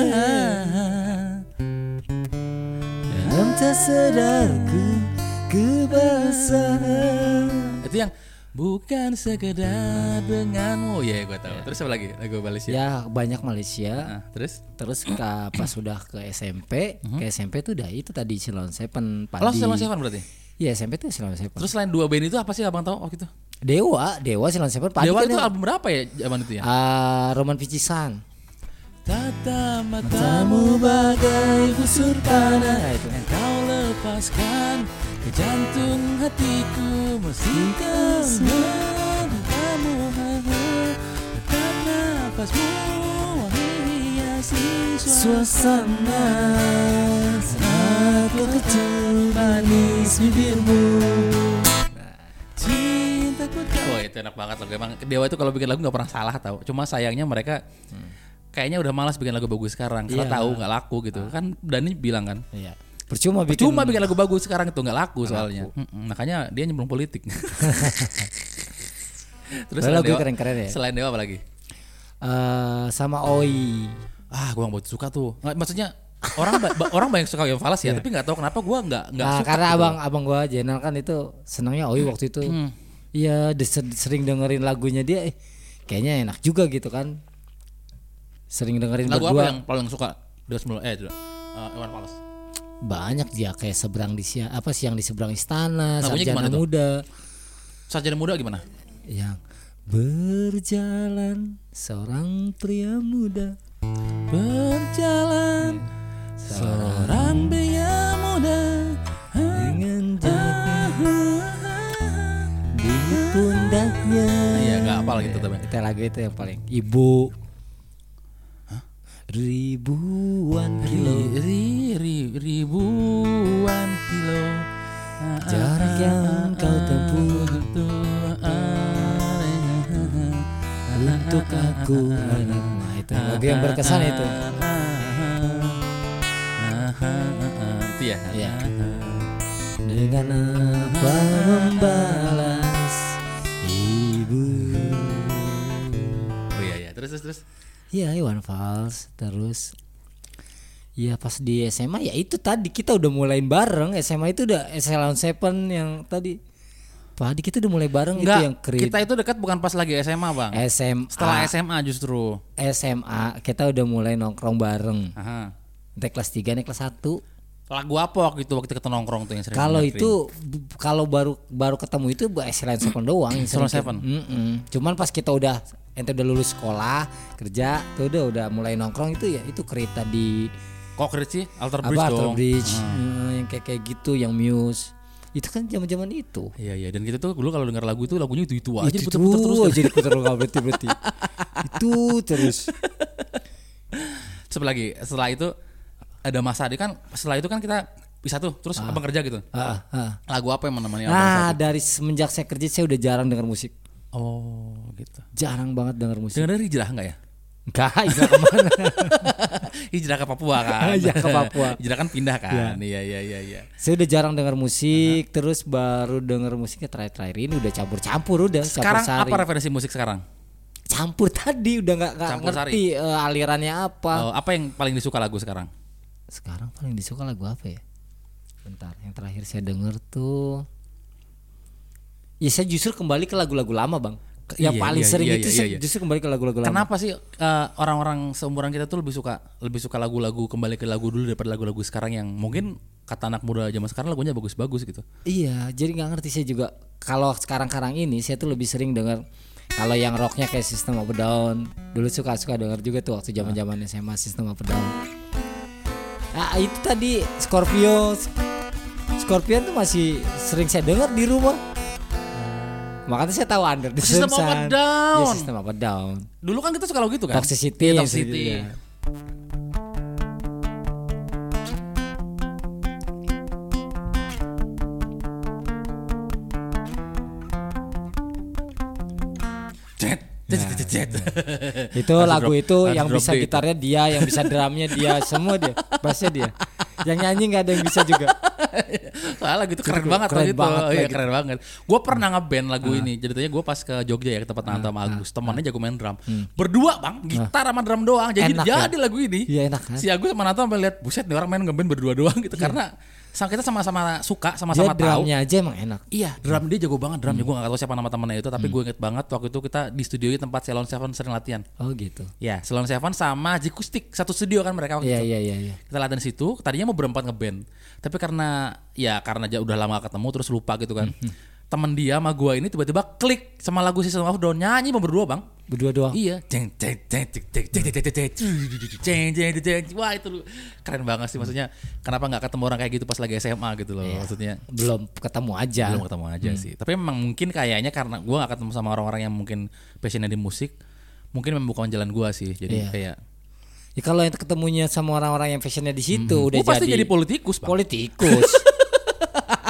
[SPEAKER 2] Mengundang Dalam tak sadarku Kebasahan
[SPEAKER 1] Itu yang bukan sekedar denganmu Ya gue tahu. Terus apa lagi? Lagu Malaysia
[SPEAKER 2] Ya banyak
[SPEAKER 1] Ah,
[SPEAKER 2] Malaysia
[SPEAKER 1] Terus?
[SPEAKER 2] Terus ke, pas sudah ke SMP Ke SMP tuh udah itu tadi Silon Seven Padi
[SPEAKER 1] Kalau sama Mhm. Seven berarti?
[SPEAKER 2] Iya SMP tuh Silon Seven
[SPEAKER 1] Terus selain dua band itu apa sih abang tahu waktu itu?
[SPEAKER 2] Dewa Dewa Silon Seven Padi
[SPEAKER 1] Dewa
[SPEAKER 2] kan
[SPEAKER 1] itu
[SPEAKER 2] yang-
[SPEAKER 1] album berapa ya zaman itu ya?
[SPEAKER 2] Ah, Roman Picisan
[SPEAKER 1] Tata matamu bagai busur panah Yang kau lepaskan ke jantung hatiku Meski kau kamu Tetap nafasmu wangi hiasi
[SPEAKER 2] Suasana saat kau kecil manis bibirmu
[SPEAKER 1] Cintaku kau Oh itu itu enak banget lagu emang Dewa itu kalau bikin lagu nggak pernah salah tau cuma sayangnya mereka kayaknya udah malas bikin lagu bagus sekarang karena
[SPEAKER 2] Iya.
[SPEAKER 1] tahu nggak laku gitu kan Dani bilang kan
[SPEAKER 2] Iya. Percuma bikin
[SPEAKER 1] cuma bikin lagu bagus sekarang itu nggak laku soalnya Mm-mm, makanya dia nyemplung
[SPEAKER 2] (laughs)
[SPEAKER 1] politik terus
[SPEAKER 2] Padahal
[SPEAKER 1] selain
[SPEAKER 2] lagu
[SPEAKER 1] Dewa-
[SPEAKER 2] keren-keren ya.
[SPEAKER 1] selain Dewa apa lagi
[SPEAKER 2] eh, sama Oi.
[SPEAKER 1] ah gue nggak suka tuh Nggak, maksudnya orang ba- ba- orang banyak suka yang falas ya
[SPEAKER 2] Iya.
[SPEAKER 1] tapi nggak tahu kenapa gue nggak nggak
[SPEAKER 2] Nah,
[SPEAKER 1] suka
[SPEAKER 2] karena
[SPEAKER 1] gitu.
[SPEAKER 2] abang abang gua Jenal kan itu senangnya Oi waktu itu.
[SPEAKER 1] Hmm.
[SPEAKER 2] Iya, de- ser- sering dengerin lagunya dia eh kayaknya enak juga gitu kan. Sering dengerin
[SPEAKER 1] lagu apa
[SPEAKER 2] berdua.
[SPEAKER 1] yang paling suka Dewa sebelum eh Dewa- eh, Iwan Fals
[SPEAKER 2] Banyak dia kayak seberang di siang apa siang di seberang istana,
[SPEAKER 1] Lagunya
[SPEAKER 2] sarjana
[SPEAKER 1] gimana tuh?
[SPEAKER 2] muda
[SPEAKER 1] Sarjana muda gimana
[SPEAKER 2] yang berjalan seorang pria muda
[SPEAKER 1] Berjalan seorang pria muda
[SPEAKER 2] dengan jalan di pundaknya.
[SPEAKER 1] Iya nggak apal gitu tapi
[SPEAKER 2] Iya, Itu lagu itu yang paling ibu ribuan kilo
[SPEAKER 1] Ri- ri- ri- ribuan kilo Ah,
[SPEAKER 2] jarak yang kau tempuh untuk aku nah itu lagu yang berkesan itu
[SPEAKER 1] Itu ya
[SPEAKER 2] Iya. dengan apa membalas ibu
[SPEAKER 1] Oh iya iya terus terus terus
[SPEAKER 2] ya Iwan Fals terus Ya pas di SMA ya itu tadi kita udah mulai bareng SMA itu udah SMA Seven yang tadi Tadi kita udah mulai bareng itu yang Eh, ah.
[SPEAKER 1] Enggak
[SPEAKER 2] kredit
[SPEAKER 1] kita itu dekat bukan pas lagi SMA bang
[SPEAKER 2] SMA
[SPEAKER 1] Setelah SMA justru
[SPEAKER 2] SMA kita udah mulai nongkrong bareng.
[SPEAKER 1] Aha.
[SPEAKER 2] Dari kelas 3 nih kelas 1.
[SPEAKER 1] Lagu apa waktu itu gitu waktu kita nongkrong tuh yang sering
[SPEAKER 2] Kalau
[SPEAKER 1] dengerin?
[SPEAKER 2] itu b- kalau baru baru ketemu itu bu- Excellent Seven doang. yang
[SPEAKER 1] Excellent Hmm.
[SPEAKER 2] sering-
[SPEAKER 1] Seven.
[SPEAKER 2] Mm-mm. Cuman pas kita udah ente udah lulus sekolah, kerja, tuh udah udah mulai nongkrong itu ya itu kereta di
[SPEAKER 1] Kok keren sih Alter
[SPEAKER 2] apa
[SPEAKER 1] Bridge
[SPEAKER 2] Alter
[SPEAKER 1] dong. Hmm.
[SPEAKER 2] Bridge Eh, yang kayak kayak gitu yang Muse. Itu kan zaman-zaman itu.
[SPEAKER 1] Iya iya dan kita tuh dulu kalau denger lagu itu lagunya itu itu aja
[SPEAKER 2] itu
[SPEAKER 1] puter-puter terus. ya?
[SPEAKER 2] terus jadi puter nggak berhenti berhenti. itu
[SPEAKER 1] (laughs)
[SPEAKER 2] terus.
[SPEAKER 1] Terus apa lagi setelah itu ada masa dia kan setelah itu kan kita bisa tuh terus abang kerja gitu.
[SPEAKER 2] Ah, ah.
[SPEAKER 1] Lagu apa yang menemani abang?
[SPEAKER 2] Nah dari semenjak saya kerja saya udah jarang dengar musik.
[SPEAKER 1] Oh gitu.
[SPEAKER 2] jarang banget denger musik.
[SPEAKER 1] Dengar dari hijrah enggak ya? (laughs)
[SPEAKER 2] Enggak, (laughs) hijrah kemana?
[SPEAKER 1] hijrah ke Papua kan.
[SPEAKER 2] (laughs) Hijrah ke Papua.
[SPEAKER 1] (laughs) hijrah kan pindah kan. Iya iya iya iya.
[SPEAKER 2] Saya udah jarang denger musik, terus baru denger musiknya terakhir-terakhir ini udah campur-campur udah
[SPEAKER 1] Sekarang
[SPEAKER 2] campur sari.
[SPEAKER 1] apa referensi musik sekarang?
[SPEAKER 2] Campur tadi udah nggak nggak
[SPEAKER 1] Campur sari.
[SPEAKER 2] ngerti eh, alirannya apa.
[SPEAKER 1] Oh, apa yang paling disuka lagu sekarang?
[SPEAKER 2] Sekarang paling disuka lagu apa ya? Bentar, yang terakhir saya denger tuh Ya saya justru kembali ke lagu-lagu lama, Bang.
[SPEAKER 1] Ke-
[SPEAKER 2] Yang
[SPEAKER 1] iya,
[SPEAKER 2] paling
[SPEAKER 1] iya,
[SPEAKER 2] sering
[SPEAKER 1] iya,
[SPEAKER 2] itu
[SPEAKER 1] iya,
[SPEAKER 2] saya
[SPEAKER 1] iya.
[SPEAKER 2] justru kembali ke lagu-lagu lama.
[SPEAKER 1] Kenapa sih eh, orang-orang seumuran kita tuh lebih suka lebih suka lagu-lagu kembali ke lagu dulu daripada lagu-lagu sekarang yang mungkin kata anak muda zaman sekarang lagunya bagus-bagus gitu.
[SPEAKER 2] Iya, jadi nggak ngerti saya juga. Kalau sekarang-karang ini saya tuh lebih sering dengar kalau yang rocknya kayak System of a Down. Dulu suka-suka dengar juga tuh waktu zaman-zamannya saya masih System of a Down. Ah, itu tadi Scorpio. Scorpion tuh masih sering saya dengar di rumah. Makanya saya tahu Under the
[SPEAKER 1] System of a
[SPEAKER 2] Sun.
[SPEAKER 1] Down.
[SPEAKER 2] Iya, System of a Down.
[SPEAKER 1] Dulu kan kita suka lagu gitu kan.
[SPEAKER 2] Toxicity, gitu ya.
[SPEAKER 1] Iya,
[SPEAKER 2] yang saya
[SPEAKER 1] Toxicity.
[SPEAKER 2] bilang.
[SPEAKER 1] Cet, (laughs) cet, cet, cet, (laughs) cet.
[SPEAKER 2] Itu
[SPEAKER 1] Harus
[SPEAKER 2] lagu
[SPEAKER 1] drop-
[SPEAKER 2] itu
[SPEAKER 1] harus
[SPEAKER 2] yang
[SPEAKER 1] drop
[SPEAKER 2] bisa
[SPEAKER 1] D itu.
[SPEAKER 2] gitarnya dia, yang bisa drumnya dia, semua dia, bassnya dia. Yang nyanyi nggak ada yang bisa juga.
[SPEAKER 1] Soalnya lagu itu keren
[SPEAKER 2] Itu
[SPEAKER 1] banget
[SPEAKER 2] keren
[SPEAKER 1] lagu itu.
[SPEAKER 2] banget gitu. Ah.
[SPEAKER 1] Iya,
[SPEAKER 2] lagi.
[SPEAKER 1] keren banget. Gue pernah ngeband lagu ini. Jadi tanya gue pas ke Jogja ya ke tempat Nanta
[SPEAKER 2] Ah,
[SPEAKER 1] sama Agus. Temannya jago main drum. Berdua bang, gitar sama drum doang. Jadi
[SPEAKER 2] Hmm. Enak ya?
[SPEAKER 1] jadi lagu ini.
[SPEAKER 2] Iya, enak kan? Iya.
[SPEAKER 1] Si Agus sama Nanta sampai lihat buset nih orang main ngeband berdua doang gitu. Karena sa- kita sama-sama suka,
[SPEAKER 2] Dia
[SPEAKER 1] sama-sama tahu.
[SPEAKER 2] drumnya Hmm. aja emang enak.
[SPEAKER 1] Iya, drum dia jago banget drumnya. Gue gak tahu siapa nama temannya itu, tapi
[SPEAKER 2] Hmm.
[SPEAKER 1] gue inget banget waktu itu kita di studio tempat Salon Seven sering latihan.
[SPEAKER 2] Oh gitu.
[SPEAKER 1] Ya, Salon Seven sama Jikustik satu studio kan mereka waktu
[SPEAKER 2] Iya
[SPEAKER 1] itu.
[SPEAKER 2] iya iya iya.
[SPEAKER 1] Kita latihan di situ, tadinya mau berempat ngeband. Tapi karena ya karena ja- udah lama gak ketemu terus lupa gitu
[SPEAKER 2] Hmm,
[SPEAKER 1] kan. Temen dia sama gue ini tiba-tiba klik sama lagu System of a Down nyanyi mau berdua, Bang.
[SPEAKER 2] Berdua doang.
[SPEAKER 1] Iya. Ceng, ceng, ceng, ceng, ceng, ceng, ceng, ceng, ceng, ceng, ceng, ceng, ceng. Wah, itu lu- keren banget sih maksudnya. Kenapa nggak ketemu orang kayak gitu pas lagi SMA gitu loh
[SPEAKER 2] Iya.
[SPEAKER 1] maksudnya. Ya,
[SPEAKER 2] Belum ketemu aja.
[SPEAKER 1] belum ketemu aja
[SPEAKER 2] Hmm.
[SPEAKER 1] sih tapi memang mungkin kayaknya karena gua gak ketemu sama orang-orang yang mungkin passionnya di musik mungkin membuka jalan gua sih jadi
[SPEAKER 2] Iya.
[SPEAKER 1] kayak
[SPEAKER 2] Ya, kalau yang ketemunya sama orang-orang yang fashionnya di situ
[SPEAKER 1] gua
[SPEAKER 2] udah
[SPEAKER 1] Mhm. Oh, pasti jadi
[SPEAKER 2] jadi,
[SPEAKER 1] politikus bang (laughs)
[SPEAKER 2] politikus.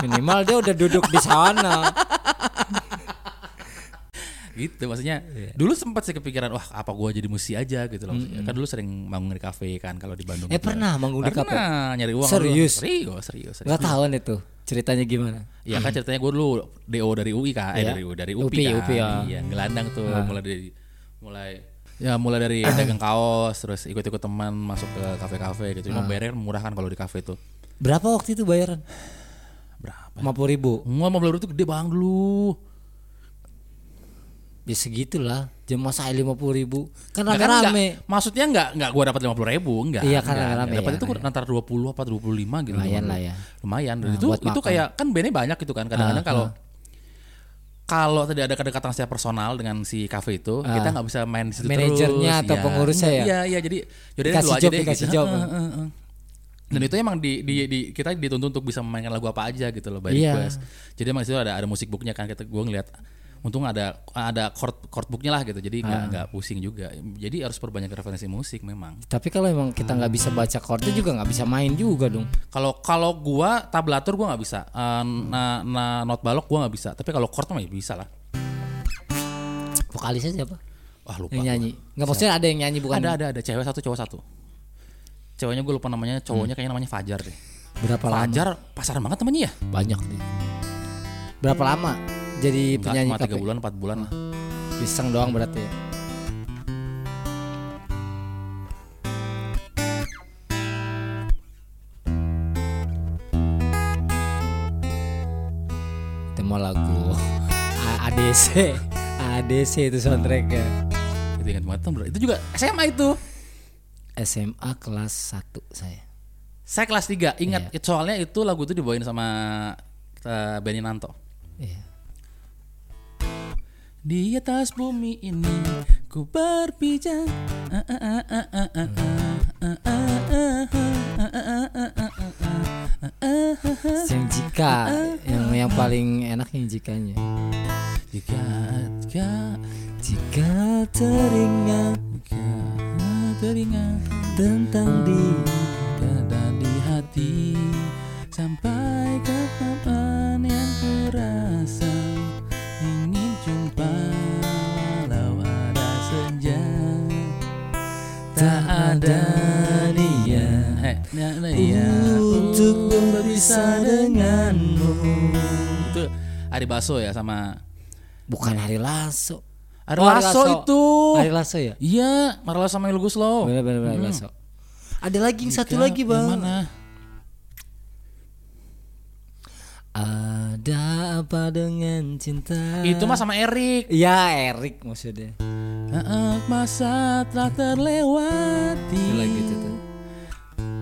[SPEAKER 2] Minimal dia udah duduk di sana.
[SPEAKER 1] gitu maksudnya
[SPEAKER 2] Iya.
[SPEAKER 1] dulu sempat sih kepikiran wah apa gua jadi musisi aja gitu loh maksudnya. kan dulu sering manggung di kafe kan kalau di Bandung
[SPEAKER 2] Eh, pernah manggung di kafe?
[SPEAKER 1] Pernah, nyari uang dulu.
[SPEAKER 2] Serius?
[SPEAKER 1] serius serius, serius.
[SPEAKER 2] Nggak tahu nih tuh ceritanya gimana.
[SPEAKER 1] Ya kan ceritanya gue dulu DO dari UI kan, eh
[SPEAKER 2] Iya.
[SPEAKER 1] dari dari UPI,
[SPEAKER 2] UPI,
[SPEAKER 1] kan,
[SPEAKER 2] UPI, ya.
[SPEAKER 1] iya ngelandang tuh mulai dari mulai ya mulai dari dagang kaos terus ikut-ikut teman masuk ke kafe-kafe gitu. Cuma bayarnya kan murah kan kalau di kafe tuh
[SPEAKER 2] Berapa waktu itu bayaran?
[SPEAKER 1] berapa?
[SPEAKER 2] 50 ribu.
[SPEAKER 1] Gua mau beli tuh gede bang dulu.
[SPEAKER 2] Ya segitulah. Jam masa 50 ribu. Kan
[SPEAKER 1] Nah, kan
[SPEAKER 2] rame-rame.
[SPEAKER 1] enggak- maksudnya enggak enggak gua dapat 50 ribu, enggak.
[SPEAKER 2] Iya,
[SPEAKER 1] enggak,
[SPEAKER 2] kan rame-rame,
[SPEAKER 1] enggak. Dapat
[SPEAKER 2] ya,
[SPEAKER 1] itu gua antara 20 apa 25 gitu.
[SPEAKER 2] Lumayan
[SPEAKER 1] Cuma
[SPEAKER 2] lah
[SPEAKER 1] dulu.
[SPEAKER 2] ya.
[SPEAKER 1] Lumayan. Dan
[SPEAKER 2] Nah,
[SPEAKER 1] itu
[SPEAKER 2] buat
[SPEAKER 1] itu
[SPEAKER 2] makan.
[SPEAKER 1] kayak kan bandnya banyak gitu kan. Kadang-kadang
[SPEAKER 2] Ah,
[SPEAKER 1] kalau kalau tidak ada kedekatan secara personal dengan si kafe itu, kita nggak bisa main di situ
[SPEAKER 2] Ah. Manajernya
[SPEAKER 1] terus.
[SPEAKER 2] atau
[SPEAKER 1] Iya,
[SPEAKER 2] pengurusnya
[SPEAKER 1] enggak,
[SPEAKER 2] ya?
[SPEAKER 1] Iya, iya. Jadi jadi
[SPEAKER 2] Dikasih
[SPEAKER 1] lu aja
[SPEAKER 2] job,
[SPEAKER 1] deh.
[SPEAKER 2] dikasih
[SPEAKER 1] gitu.
[SPEAKER 2] job.
[SPEAKER 1] Heeh, heeh, heeh. Dan itu emang di, di, di- kita dituntut untuk bisa memainkan lagu apa aja gitu loh by
[SPEAKER 2] Iya.
[SPEAKER 1] request. Jadi emang di situ ada ada musik booknya kan kita gue ngeliat untung ada ada chord chord booknya lah gitu. Jadi
[SPEAKER 2] Ah.
[SPEAKER 1] nggak nggak pusing juga. Jadi harus perbanyak referensi musik memang.
[SPEAKER 2] Tapi kalau emang kita nggak bisa baca chordnya juga nggak bisa main juga dong.
[SPEAKER 1] Kalau kalau gua tablatur gua nggak bisa. Eh, na, na- not balok gua nggak bisa. Tapi kalau chord mah ya bisa lah.
[SPEAKER 2] Vokalisnya siapa?
[SPEAKER 1] Wah lupa.
[SPEAKER 2] Yang
[SPEAKER 1] gua.
[SPEAKER 2] nyanyi. Nggak maksudnya ada yang nyanyi bukan?
[SPEAKER 1] Ada ada ada cewek satu cowok satu. Ceweknya gue lupa namanya, cowoknya kayaknya namanya Fajar deh.
[SPEAKER 2] Berapa Hmm. lama?
[SPEAKER 1] Fajar pasaran banget temennya ya?
[SPEAKER 2] Banyak nih. Berapa lama jadi
[SPEAKER 1] Enggak,
[SPEAKER 2] penyanyi
[SPEAKER 1] cuma tiga
[SPEAKER 2] kafe?
[SPEAKER 1] bulan empat bulan lah.
[SPEAKER 2] Pisang doang berarti ya. Tema lagu A- ADC ADC itu soundtracknya
[SPEAKER 1] Itu ingat banget bro. Itu juga SMA itu.
[SPEAKER 2] SMA kelas 1 saya
[SPEAKER 1] Saya kelas 3 ingat soalnya itu lagu itu dibawain sama eh, Benny Nanto.
[SPEAKER 2] Iya
[SPEAKER 1] Di atas bumi ini ku berpijak. Ah, ah, ah, ah, ah, ah, ah, ah, ah, ah, ah, ah, ah, ah, ah, ah, ah.
[SPEAKER 2] Yang jika Yang yang paling enak yang jikanya
[SPEAKER 1] Jika jika
[SPEAKER 2] Jika teringat
[SPEAKER 1] jika teringat
[SPEAKER 2] tentang dia
[SPEAKER 1] ada di hati sampai kapan yang kurasa ingin jumpa walau ada senja tak ada dia eh, ya, ya, ya.
[SPEAKER 2] Untuk berpisah denganmu
[SPEAKER 1] itu Ari Baso ya sama
[SPEAKER 2] Bukan Hari Lasso
[SPEAKER 1] Ari
[SPEAKER 2] Oh, Ari
[SPEAKER 1] Lasso
[SPEAKER 2] Lasso.
[SPEAKER 1] itu
[SPEAKER 2] Hari Lasso ya?
[SPEAKER 1] iya Marlo sama Ilgus lo
[SPEAKER 2] Bener bener bener Hari Lasso Ada lagi yang satu
[SPEAKER 1] Ya,
[SPEAKER 2] lagi
[SPEAKER 1] Hmm. yang
[SPEAKER 2] bang
[SPEAKER 1] mana
[SPEAKER 2] Ada apa dengan cinta
[SPEAKER 1] itu mah sama Erik
[SPEAKER 2] Ya Erik maksudnya
[SPEAKER 1] Saat masa telah terlewati
[SPEAKER 2] Itu lagi itu tuh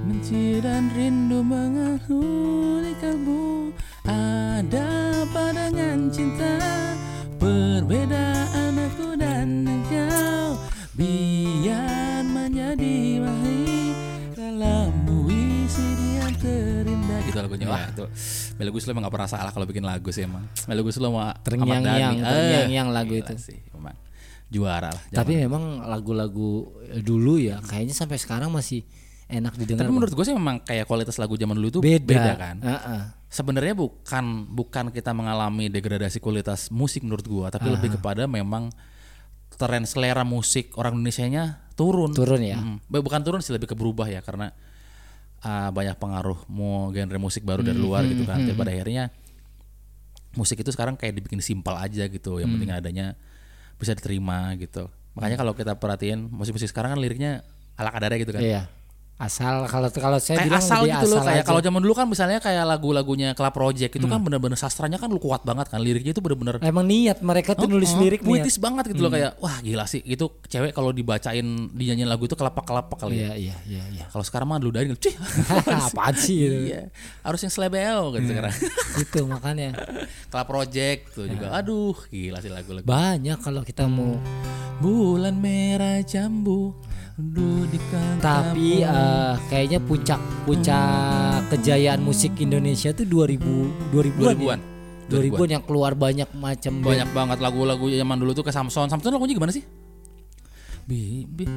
[SPEAKER 1] Benci dan rindu mengaluni kamu Ada padangan cinta Perbedaan aku dan engkau Biar menjadi mahir Dalam puisi yang terindah Gitu lagunya Wah itu Melo Guslo emang gak pernah salah kalau bikin lagu sih emang Melo Guslo sama Ahmad
[SPEAKER 2] Terngiang-ngiang,
[SPEAKER 1] Dhani. Eh,
[SPEAKER 2] terngiang-ngiang lagu
[SPEAKER 1] gila
[SPEAKER 2] itu.
[SPEAKER 1] sih, emang. Juara lah
[SPEAKER 2] Tapi memang lagu-lagu dulu ya Kayaknya sampai sekarang masih enak didengar
[SPEAKER 1] Tapi menurut gue sih memang kayak kualitas lagu zaman dulu itu
[SPEAKER 2] Bang.
[SPEAKER 1] beda,
[SPEAKER 2] beda.
[SPEAKER 1] kan.
[SPEAKER 2] Heeh.
[SPEAKER 1] Sebenarnya bukan bukan kita mengalami degradasi kualitas musik menurut gua, tapi lebih kepada memang tren selera musik orang Indonesianya turun.
[SPEAKER 2] Turun ya
[SPEAKER 1] Mm. Bu- Bukan turun sih lebih ke berubah ya karena ah, banyak pengaruh mau genre musik baru dari luar
[SPEAKER 2] Mm-hmm.
[SPEAKER 1] gitu kan. Tapi pada akhirnya musik itu sekarang kayak dibikin simpel aja gitu. Yang
[SPEAKER 2] Mm.
[SPEAKER 1] penting adanya bisa diterima gitu. Makanya kalau kita perhatiin musik-musik sekarang kan liriknya ala kadarnya gitu kan
[SPEAKER 2] Iya Asal kalau kalau saya
[SPEAKER 1] kayak
[SPEAKER 2] bilang
[SPEAKER 1] asal
[SPEAKER 2] lebih
[SPEAKER 1] gitu loh
[SPEAKER 2] asal
[SPEAKER 1] kayak
[SPEAKER 2] aja.
[SPEAKER 1] kalau zaman dulu kan misalnya kayak lagu-lagunya Kela Project itu kan bener-bener sastranya kan lu kuat banget kan liriknya itu bener-bener
[SPEAKER 2] Emang niat mereka tuh nulis
[SPEAKER 1] Oh,
[SPEAKER 2] lirik niat.
[SPEAKER 1] puitis banget gitu loh kayak wah gila sih itu cewek kalau dibacain dinyanyiin lagu itu kelapak-kelapak kali ya.
[SPEAKER 2] Iya iya iya iya.
[SPEAKER 1] Kalau sekarang mah lu dari (laughs) cih.
[SPEAKER 2] Apaan sih gitu.
[SPEAKER 1] iya. Harus yang selebel gitu sekarang. (laughs)
[SPEAKER 2] Gitu makanya
[SPEAKER 1] Kela Project tuh juga aduh gila sih lagu-lagu.
[SPEAKER 2] banyak kalau kita mau
[SPEAKER 1] Bulan merah jambu duduk di kantapmu.
[SPEAKER 2] tapi eh, kayaknya puncak puncak kejayaan musik Indonesia tuh 2000 2000-an.
[SPEAKER 1] 2000-an.
[SPEAKER 2] 2000-an yang keluar banyak macam band.
[SPEAKER 1] banyak banget lagu-lagu zaman dulu tuh ke Samson. Samson lagunya gimana sih? Bi- bi-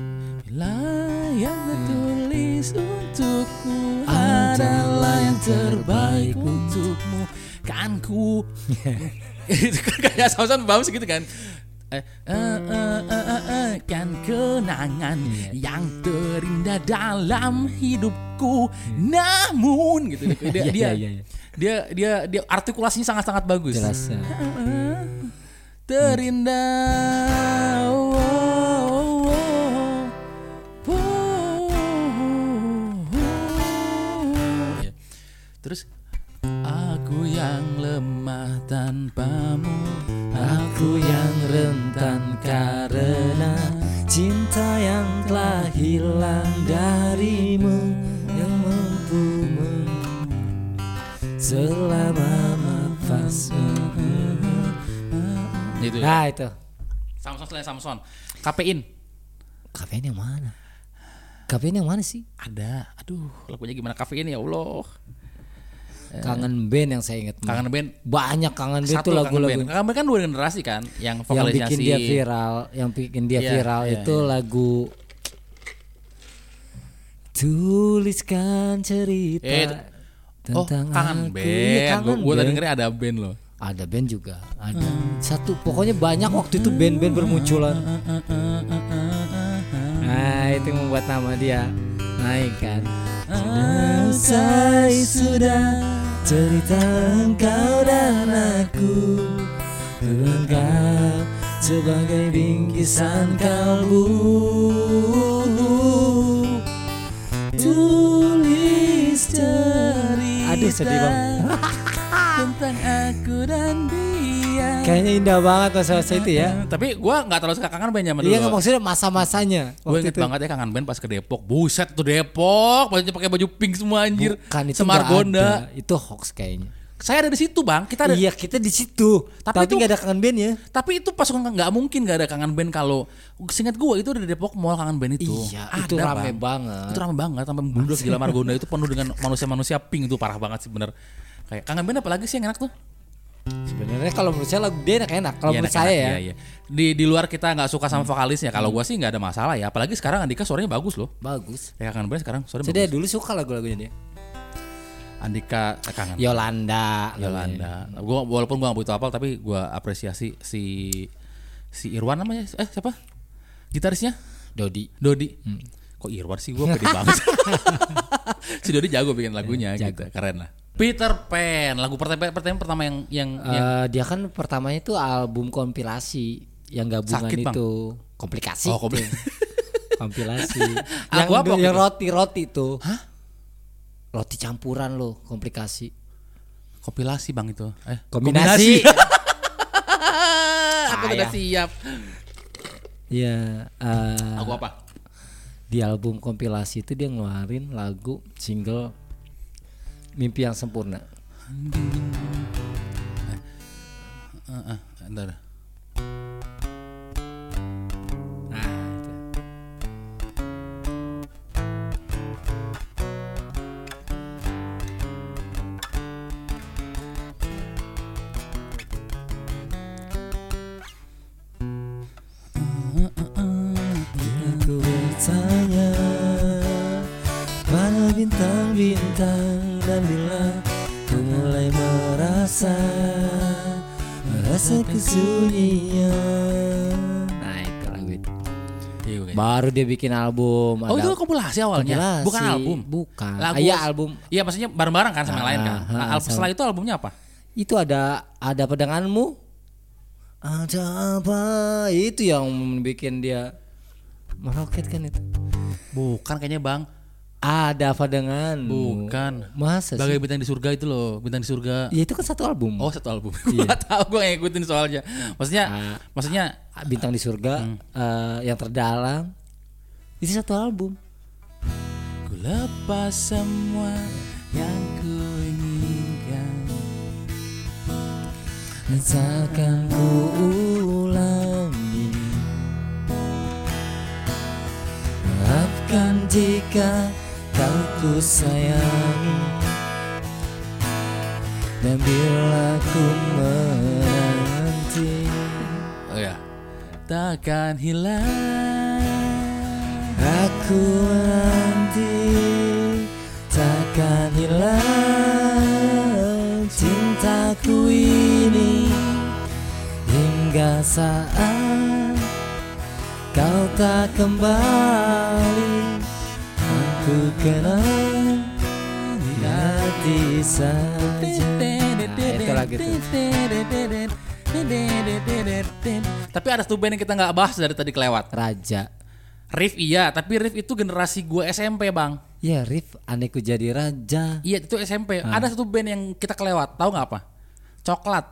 [SPEAKER 1] Bila yang tertulis untukku Hmm. adalah yang terbaik (laughs) untukmu kan ku itu kan kayak Samson Baus gitu kan eh, eh, eh, eh, eh, eh, kan kenangan yang terindah dalam hidupku namun gitu dia dia
[SPEAKER 2] Iya,
[SPEAKER 1] dia,
[SPEAKER 2] iya, iya.
[SPEAKER 1] dia dia dia artikulasinya sangat-sangat bagus
[SPEAKER 2] jelas ya.
[SPEAKER 1] terindah oh, oh, oh, oh, oh. Ya. terus aku yang lemah tanpamu aku yang rentan karena
[SPEAKER 2] cinta yang telah hilang darimu yang mampu selama nafas
[SPEAKER 1] itu
[SPEAKER 2] nah itu
[SPEAKER 1] Gitu. Samson selain Samson KPIN
[SPEAKER 2] kafein yang mana kafein yang mana sih
[SPEAKER 1] ada aduh lagunya gimana kafein ya Allah
[SPEAKER 2] Eh. kangen band yang saya ingat
[SPEAKER 1] kangen band
[SPEAKER 2] banyak kangen band itu
[SPEAKER 1] satu kangen band
[SPEAKER 2] lagu-lagu
[SPEAKER 1] kangen band kan dua generasi kan yang
[SPEAKER 2] yang
[SPEAKER 1] vokalisnya
[SPEAKER 2] bikin
[SPEAKER 1] si-
[SPEAKER 2] dia viral yang bikin dia
[SPEAKER 1] Iya,
[SPEAKER 2] viral
[SPEAKER 1] iya,
[SPEAKER 2] itu lagu tuliskan cerita
[SPEAKER 1] Eh, itu- Oh,
[SPEAKER 2] tentang
[SPEAKER 1] kangen
[SPEAKER 2] aku. Iya,
[SPEAKER 1] band.
[SPEAKER 2] kangen
[SPEAKER 1] gue tadi
[SPEAKER 2] band.
[SPEAKER 1] dengernya ada band loh.
[SPEAKER 2] ada band juga ada satu pokoknya banyak waktu itu band-band bermunculan hmm, nah itu yang membuat nama dia naik kan selesai sudah cerita engkau dan aku lengkap sebagai bingkisan kalbu
[SPEAKER 1] Tulis cerita
[SPEAKER 2] Aduh, sedih, Bang.
[SPEAKER 1] (laughs) tentang aku dan dia. Hmm,
[SPEAKER 2] kayaknya indah banget masa-masa itu ya
[SPEAKER 1] Tapi gue nggak terlalu suka kangen band zaman dulu.
[SPEAKER 2] Iya nggak maksudnya masa-masanya
[SPEAKER 1] Gue
[SPEAKER 2] waktu
[SPEAKER 1] inget
[SPEAKER 2] itu.
[SPEAKER 1] banget ya kangen band pas ke Depok. Buset tuh Depok, bajunya pakai baju pink semua anjir.
[SPEAKER 2] Bukan itu nggak
[SPEAKER 1] Semargonda.
[SPEAKER 2] ada. Itu hoax kayaknya.
[SPEAKER 1] Saya ada di situ bang. Kita ada.
[SPEAKER 2] Iya kita di situ.
[SPEAKER 1] Tapi
[SPEAKER 2] Tapi,
[SPEAKER 1] itu-
[SPEAKER 2] nggak ada kangen band ya.
[SPEAKER 1] Tapi itu pas nggak nggak mungkin nggak ada kangen band kalau singkat gue itu ada di Depok Mall kangen band itu. Ada,
[SPEAKER 2] Iya, itu rame
[SPEAKER 1] Bang.
[SPEAKER 2] banget.
[SPEAKER 1] itu rame banget sampai membunuh segala margonda itu penuh dengan manusia-manusia pink itu parah banget sih bener kayak kangen band apalagi sih yang enak tuh
[SPEAKER 2] Sebenarnya kalau menurut saya lagu dia enak-enak. Kalau
[SPEAKER 1] Iya,
[SPEAKER 2] menurut
[SPEAKER 1] enak-enak,
[SPEAKER 2] saya ya.
[SPEAKER 1] iya, iya. di di luar kita nggak suka sama vokalisnya kalau gua sih nggak ada masalah ya apalagi sekarang Andika suaranya bagus loh
[SPEAKER 2] Bagus.
[SPEAKER 1] ya kangen band sekarang suaranya
[SPEAKER 2] Saya
[SPEAKER 1] bagus
[SPEAKER 2] dari
[SPEAKER 1] Iya.
[SPEAKER 2] dulu suka lagu-lagunya dia.
[SPEAKER 1] Andika eh,
[SPEAKER 2] Iya.
[SPEAKER 1] kangen
[SPEAKER 2] Yolanda.
[SPEAKER 1] Yolanda gua walaupun gua nggak butuh apal tapi gua apresiasi si si Irwan namanya eh siapa gitarisnya
[SPEAKER 2] Dodi.
[SPEAKER 1] Dodi
[SPEAKER 2] Hmm.
[SPEAKER 1] kok Irwan sih gua pede
[SPEAKER 2] (laughs)
[SPEAKER 1] banget si Dodi jago bikin lagunya gitu keren lah Peter Pan lagu pertama pertama pertama yang yang, yang
[SPEAKER 2] Eh, dia kan pertamanya itu album kompilasi yang gabungan
[SPEAKER 1] Sakit, Bang.
[SPEAKER 2] itu komplikasi.
[SPEAKER 1] Oh, kompli-
[SPEAKER 2] (laughs)
[SPEAKER 1] (laughs)
[SPEAKER 2] kompilasi.
[SPEAKER 1] Ah,
[SPEAKER 2] yang
[SPEAKER 1] gua apa waktu
[SPEAKER 2] yang
[SPEAKER 1] itu?
[SPEAKER 2] roti-roti itu. Roti campuran loh komplikasi.
[SPEAKER 1] kompilasi bang itu eh Ah, (laughs)
[SPEAKER 2] Kombinasi. (laughs)
[SPEAKER 1] aku udah
[SPEAKER 2] Ayah.
[SPEAKER 1] siap
[SPEAKER 2] Iya. eh,
[SPEAKER 1] aku apa
[SPEAKER 2] di album kompilasi itu dia ngeluarin lagu single Mimpi yang sempurna.
[SPEAKER 1] Eh, eh, ntar
[SPEAKER 2] Nah, itu. Aku bertanya pada bintang-bintang dan bila ku mulai merasa merasa kesunyian. Nah itu lagu itu.
[SPEAKER 1] Iya, oke.
[SPEAKER 2] Baru dia bikin album.
[SPEAKER 1] oh itu kompilasi awalnya
[SPEAKER 2] Kompilasi,
[SPEAKER 1] bukan album
[SPEAKER 2] bukan.
[SPEAKER 1] lagu
[SPEAKER 2] Ah, iya, album.
[SPEAKER 1] iya maksudnya bareng-bareng kan sama yang lain kan
[SPEAKER 2] Ah, ah,
[SPEAKER 1] nah, album setelah itu albumnya apa
[SPEAKER 2] itu ada ada pedanganmu. Ada apa? Itu yang bikin dia meroket kan itu.
[SPEAKER 1] bukan kayaknya bang
[SPEAKER 2] Ada apa dengan?
[SPEAKER 1] bukan
[SPEAKER 2] Masa sih?
[SPEAKER 1] bagai bintang di surga itu loh bintang di surga
[SPEAKER 2] Ya itu kan satu album.
[SPEAKER 1] Oh satu album. (laughs)
[SPEAKER 2] Iya.
[SPEAKER 1] Gue gak tau gue gak ngikutin soalnya. Maksudnya,
[SPEAKER 2] Ah.
[SPEAKER 1] maksudnya
[SPEAKER 2] Bintang di surga
[SPEAKER 1] Hmm.
[SPEAKER 2] eh, yang terdalam. Itu satu album.
[SPEAKER 1] ku lepas semua yang ku inginkan.
[SPEAKER 2] Asalkan ku ulangi Maafkan jika kau ku sayangi Dan bila ku menanti
[SPEAKER 1] Oh ya. Takkan hilang.
[SPEAKER 2] Aku menanti Takkan hilang Cintaku ini Hingga saat tak kembali Aku kenang di hati saja Nah, itu lagu tuh.
[SPEAKER 1] Tapi ada satu band yang kita nggak bahas dari tadi kelewat.
[SPEAKER 2] Raja
[SPEAKER 1] Riff iya, tapi Riff itu generasi gue SMP bang.
[SPEAKER 2] Ya Rif aneh ku jadi raja
[SPEAKER 1] Iya itu SMP.
[SPEAKER 2] Ah.
[SPEAKER 1] Ada satu band yang kita kelewat, tahu nggak apa? Coklat.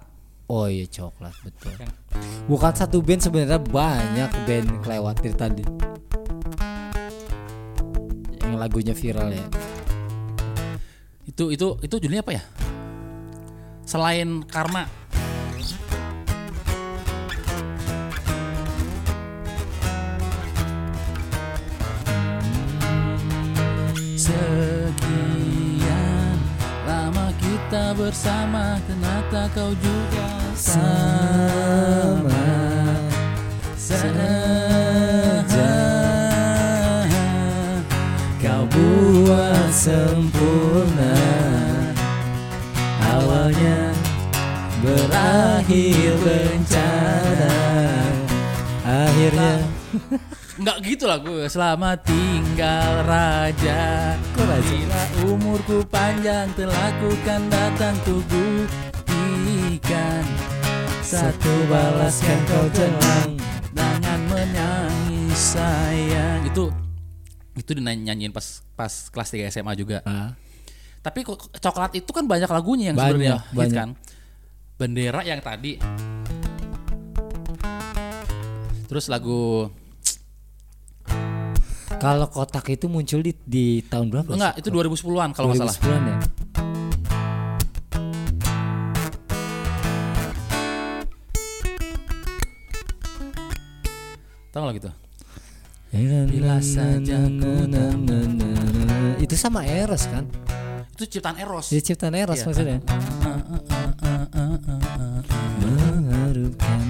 [SPEAKER 2] Oh iya coklat betul Bukan satu band sebenarnya banyak band kelewat dari tadi Yang lagunya viral ya
[SPEAKER 1] Itu itu itu judulnya apa ya? Selain Karma. Sekian lama kita bersama ternyata kau juga sama saja
[SPEAKER 2] Kau buat sempurna Awalnya berakhir bencana Akhirnya
[SPEAKER 1] nggak gitu lah gue selamat tinggal raja
[SPEAKER 2] Kok raja?
[SPEAKER 1] bila umurku panjang telah kukan datang ku buktikan
[SPEAKER 2] Satu balaskan kau jelang
[SPEAKER 1] Dengan menyanyi sayang Itu itu dinyanyiin pas pas kelas 3 SMA juga.
[SPEAKER 2] Ah,
[SPEAKER 1] Tapi kok- coklat itu kan banyak lagunya yang
[SPEAKER 2] Banyak,
[SPEAKER 1] sebenarnya hit
[SPEAKER 2] banyak.
[SPEAKER 1] kan. Bendera yang tadi. Terus lagu
[SPEAKER 2] Kalau kotak itu muncul di, di tahun berapa? sih?
[SPEAKER 1] enggak itu 2010-an kalau nggak salah.
[SPEAKER 2] 2010-an ya?
[SPEAKER 1] Tahu nggak gitu?
[SPEAKER 2] Bila
[SPEAKER 1] saja ku
[SPEAKER 2] Itu sama Eros kan?
[SPEAKER 1] Itu ciptaan Eros.
[SPEAKER 2] Jadi ciptaan Eros
[SPEAKER 1] Iya.
[SPEAKER 2] maksudnya
[SPEAKER 1] eh,
[SPEAKER 2] mengharapkan